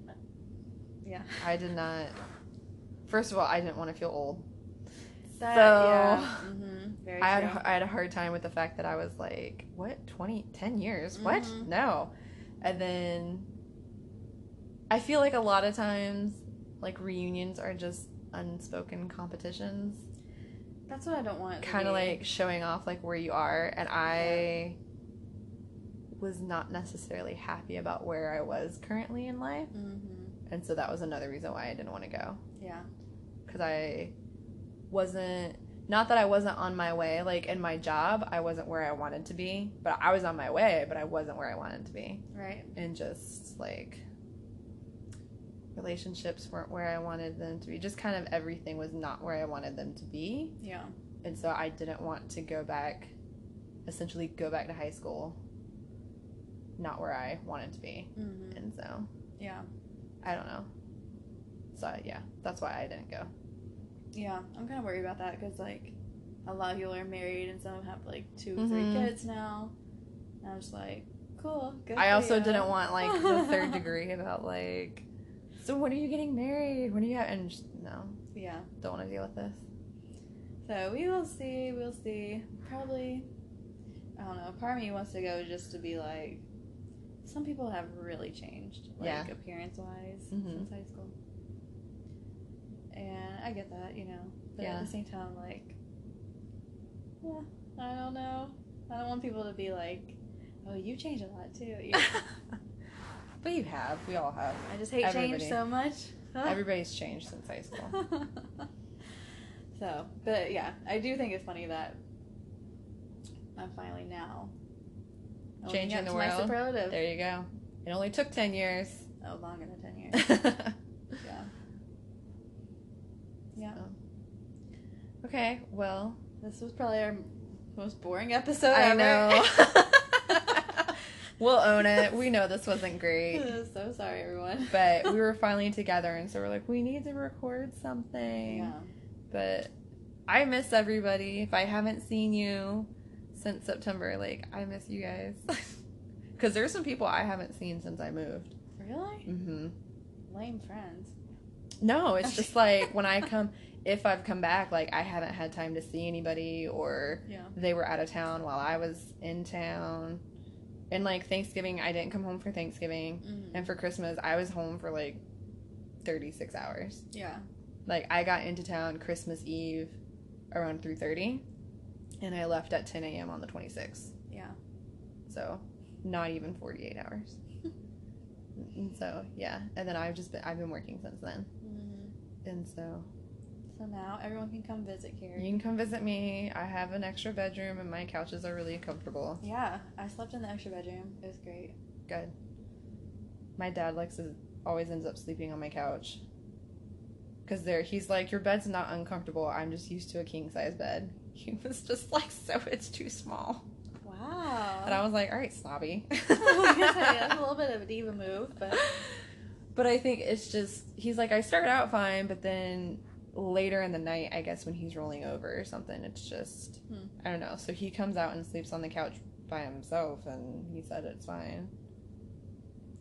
Speaker 2: yeah.
Speaker 1: I did not. First of all, I didn't want to feel old.
Speaker 2: That,
Speaker 1: So-
Speaker 2: yeah. Mm-hmm. Very
Speaker 1: I had
Speaker 2: true.
Speaker 1: I had a hard time with the fact that I was like, what 20, 10 years?
Speaker 2: Mhm.
Speaker 1: What? No. And then I feel like a lot of times, like reunions are just unspoken competitions.
Speaker 2: That's what I don't want. to
Speaker 1: kind of
Speaker 2: be.
Speaker 1: like showing off like where you are and i was not necessarily happy about where i was currently in life
Speaker 2: Mhm.
Speaker 1: and so that was another reason why i didn't want to go
Speaker 2: Yeah.
Speaker 1: because i wasn't not that i wasn't on my way like in my job i wasn't where i wanted to be but i was on my way but i wasn't where i wanted to be
Speaker 2: Right.
Speaker 1: and just like relationships weren't where i wanted them to be just kind of everything was not where i wanted them to be
Speaker 2: Yeah.
Speaker 1: and so I didn't want to go back, essentially go back to high school, not where I wanted to be,
Speaker 2: Mm-hmm.
Speaker 1: and so
Speaker 2: Yeah.
Speaker 1: I don't know. So yeah, that's why I didn't go.
Speaker 2: Yeah. I'm kind of worried about that because like a lot of people are married and some have like 2 three
Speaker 1: Mhm.
Speaker 2: kids now. And I'm just like, cool. Good
Speaker 1: I
Speaker 2: for
Speaker 1: also
Speaker 2: you.
Speaker 1: didn't want like the
Speaker 2: (laughs)
Speaker 1: (laughs) third degree about like, so when are you getting married? When are you? ha-" And just, no,
Speaker 2: Yeah.
Speaker 1: don't want to deal with this. (laughs)
Speaker 2: So we will see. We'll see. Probably. I don't know. Part of me wants to go just to be like. Some people have really changed, like
Speaker 1: Yeah.
Speaker 2: appearance wise,
Speaker 1: Mhm.
Speaker 2: since high school. And I get that, you know. But
Speaker 1: Yeah.
Speaker 2: at the same time, like, I don't know. I don't want people to be like, "Oh, you change a lot too." You-
Speaker 1: but you have. We all have.
Speaker 2: I just hate
Speaker 1: (laughs) Everybody.
Speaker 2: change so much. (laughs)
Speaker 1: Ah. Everybody's changed since high school.
Speaker 2: so, but yeah, I do think it's funny that I'm finally now owning
Speaker 1: Changing
Speaker 2: up
Speaker 1: the
Speaker 2: to
Speaker 1: world.
Speaker 2: My superlative.
Speaker 1: There you go. It only took 10 (laughs) years.
Speaker 2: Oh, longer than ten
Speaker 1: (laughs)
Speaker 2: years.
Speaker 1: yeah.
Speaker 2: yeah. Yeah.
Speaker 1: Okay, well,
Speaker 2: This was probably our most boring episode
Speaker 1: I
Speaker 2: ever. (laughs)
Speaker 1: know. we'll own it. (laughs) We know this wasn't great,
Speaker 2: (laughs) so sorry, everyone. (laughs)
Speaker 1: but we were finally together, and so we're like, we need to record something.
Speaker 2: yeah.
Speaker 1: But I miss everybody. If I haven't seen you since September, like, I miss you guys. (laughs) Because there's some people I haven't seen since I moved.
Speaker 2: Really?
Speaker 1: Mm-hmm.
Speaker 2: Lame friends.
Speaker 1: No, it's just like when I come, if I've come back, like, I haven't had time to see anybody or.
Speaker 2: Yeah.
Speaker 1: they were out of town while I was in town. And like Thanksgiving, I didn't come home for Thanksgiving.
Speaker 2: Mm-hmm.
Speaker 1: And for Christmas, I was home for like 36 hours.
Speaker 2: Yeah.
Speaker 1: Like I got into town Christmas Eve around 3:30 and I left at 10 a.m. on the 26th.
Speaker 2: Yeah.
Speaker 1: So, not even 48 hours. and so, yeah. And then I've just been I've been working since then. Mm-hmm. And so,
Speaker 2: So now everyone can come visit here.
Speaker 1: you can come visit me. I have an extra bedroom and my couches are really comfortable.
Speaker 2: Yeah, I slept in the extra bedroom. It was great.
Speaker 1: Good. My dad likes to always ends up sleeping on my couch. Cause there he's like, Your bed's not uncomfortable, I'm just used to a king size bed. (laughs) He was just like, so it's too small.
Speaker 2: Wow.
Speaker 1: And I was like, Alright,
Speaker 2: (laughs)
Speaker 1: snobby.
Speaker 2: I guess I- that's a little bit of a diva move, but
Speaker 1: but I think it's just he's like, I started out fine, but then later in the night, I guess when he's rolling over or something, it's just
Speaker 2: Hmm.
Speaker 1: I don't know. So he comes out and sleeps on the couch by himself, and he said it's fine.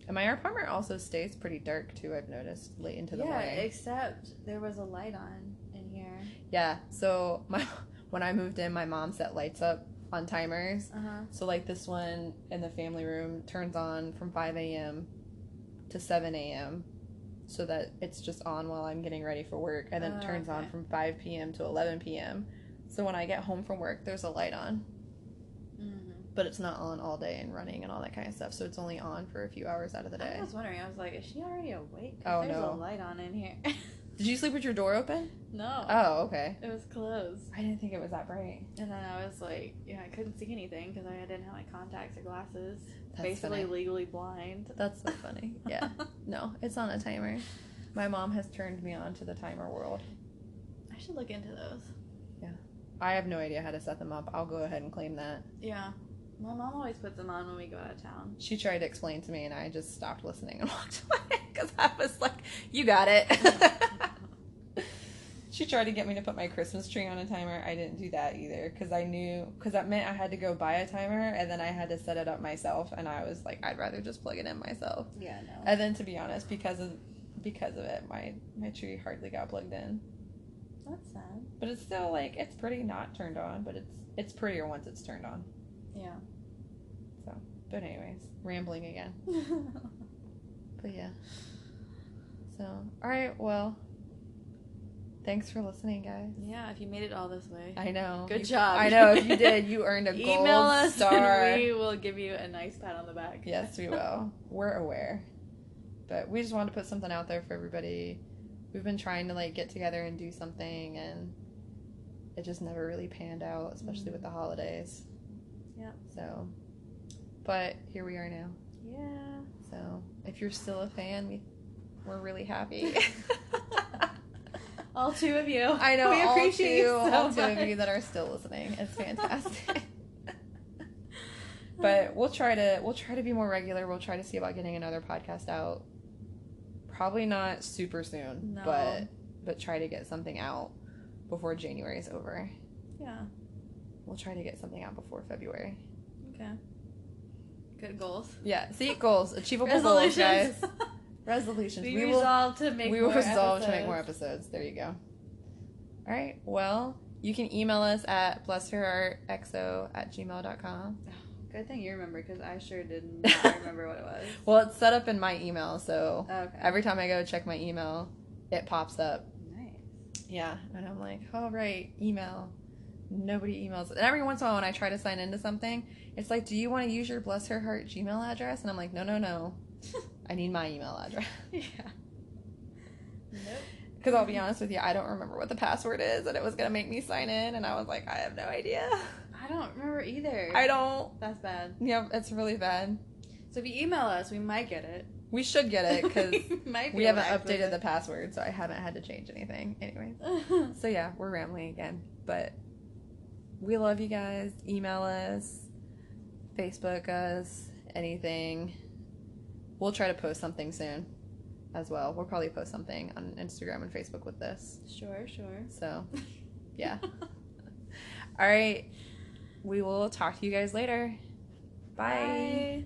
Speaker 1: And my apartment also stays pretty dark too. I've noticed late into the
Speaker 2: yeah.
Speaker 1: morning.
Speaker 2: Except there was a light on in here.
Speaker 1: yeah. So my (laughs) when I moved in, my mom set lights up on timers,
Speaker 2: Uh huh.
Speaker 1: So like this one in the family room turns on from 5 a.m. to 7 a.m. so that it's just on while I'm getting ready for work, and then it
Speaker 2: Oh,
Speaker 1: turns on
Speaker 2: okay.
Speaker 1: from 5 p.m. to 11 p.m. So when I get home from work, there's a light on,
Speaker 2: Mm-hmm.
Speaker 1: but it's not on all day and running and all that kind of stuff. So it's only on for a few hours out of the day.
Speaker 2: I was wondering. I was like, is she already awake? 'Cause
Speaker 1: Oh,
Speaker 2: there's
Speaker 1: no.
Speaker 2: a light on in here. (laughs)
Speaker 1: Did you sleep with your door open?
Speaker 2: no.
Speaker 1: Oh, okay.
Speaker 2: It was closed.
Speaker 1: I didn't think it was that bright.
Speaker 2: And then I was like, yeah, I couldn't see anything because I didn't have my contacts or glasses.
Speaker 1: That's
Speaker 2: Basically,
Speaker 1: funny.
Speaker 2: legally blind.
Speaker 1: That's so funny. Yeah. No, it's on a timer. My mom has turned me on to the timer world.
Speaker 2: (laughs) I should look into those.
Speaker 1: I have no idea how to set them up. I'll go ahead and claim that.
Speaker 2: Yeah. My mom always puts them on when we go out of town.
Speaker 1: she tried to explain to me and i just stopped listening and (laughs) walked away because i was like you got it (laughs) she tried to get me to put my christmas tree on a timer i didn't do that either because i knew because that meant i had to go buy a timer and then i had to set it up myself and i was like i'd rather just plug it in myself
Speaker 2: Yeah, no.
Speaker 1: and then to be honest because of because of it my my tree hardly got plugged in
Speaker 2: That's sad.
Speaker 1: but it's still like it's pretty not turned on but it's it's prettier once it's turned on
Speaker 2: Yeah.
Speaker 1: but anyways rambling again But yeah. So, all right, well, thanks for listening, guys.
Speaker 2: (laughs) yeah, if you made it all this way.
Speaker 1: I know.
Speaker 2: Good
Speaker 1: you-
Speaker 2: job.
Speaker 1: I know.
Speaker 2: (laughs)
Speaker 1: If you did, you earned a gold
Speaker 2: Email us
Speaker 1: star.
Speaker 2: and we will give you a nice pat on the back.
Speaker 1: Yes, we will. We're aware. But we just wanted to put something out there for everybody. We've been trying to like get together and do something and it just never really panned out, especially with the holidays.
Speaker 2: Yep.
Speaker 1: So, but here we are now.
Speaker 2: yeah.
Speaker 1: So, if you're still a fan, we we're really
Speaker 2: (laughs)
Speaker 1: happy. (laughs)
Speaker 2: All two of you. (laughs)
Speaker 1: I know.
Speaker 2: We
Speaker 1: all
Speaker 2: appreciate
Speaker 1: two,
Speaker 2: you so
Speaker 1: all two of
Speaker 2: much.
Speaker 1: you that are still listening. It's
Speaker 2: (laughs)
Speaker 1: fantastic. but we'll try to we'll try to be more regular. We'll try to see about getting another podcast out. Probably not super soon,
Speaker 2: No.
Speaker 1: but but try to get something out before January is over.
Speaker 2: Yeah.
Speaker 1: We'll try to get something out before February.
Speaker 2: Okay. Good goals.
Speaker 1: Yeah, see goals, achievable
Speaker 2: Resolutions.
Speaker 1: goals, guys. Resolutions.
Speaker 2: (laughs) we,
Speaker 1: we will
Speaker 2: resolve to make
Speaker 1: we will
Speaker 2: more
Speaker 1: resolve to make
Speaker 2: episodes.
Speaker 1: more episodes. There you go. All right. Well, you can email us at blessherheartxo at gmail.com.
Speaker 2: Good thing you remember because I sure did
Speaker 1: (laughs)
Speaker 2: not remember what it was.
Speaker 1: Well, it's set up in my email, so
Speaker 2: Okay.
Speaker 1: every time I go check my email, it pops up.
Speaker 2: nice. (laughs)
Speaker 1: Yeah. And I'm like, all right, email. nobody emails. And every once in a while, when I try to sign into something, it's like, "Do you want to use your bless her heart Gmail address?" And I'm like, "No, no, (laughs) no. I need my email address." (laughs)
Speaker 2: yeah. Nope.
Speaker 1: Because I'll be honest with you, I don't remember what the password is, and it was gonna make me sign in, and I was like, "I have no idea. (laughs)
Speaker 2: I don't remember either.
Speaker 1: I don't."
Speaker 2: That's bad.
Speaker 1: Yeah, it's really bad.
Speaker 2: So if you email us, we might get it.
Speaker 1: We should get it (laughs) because
Speaker 2: (laughs) We might
Speaker 1: we
Speaker 2: be able
Speaker 1: haven't
Speaker 2: to access
Speaker 1: updated the
Speaker 2: it.
Speaker 1: password, so I haven't had to change anything. Anyway, so yeah, we're rambling again, but we love you guys. Email us, Facebook us, anything. We'll try to post something soon as well. We'll probably post something on Instagram and Facebook with this.
Speaker 2: (laughs) sure, sure.
Speaker 1: So, yeah. all right. We will talk to you guys later. Bye.
Speaker 2: Bye.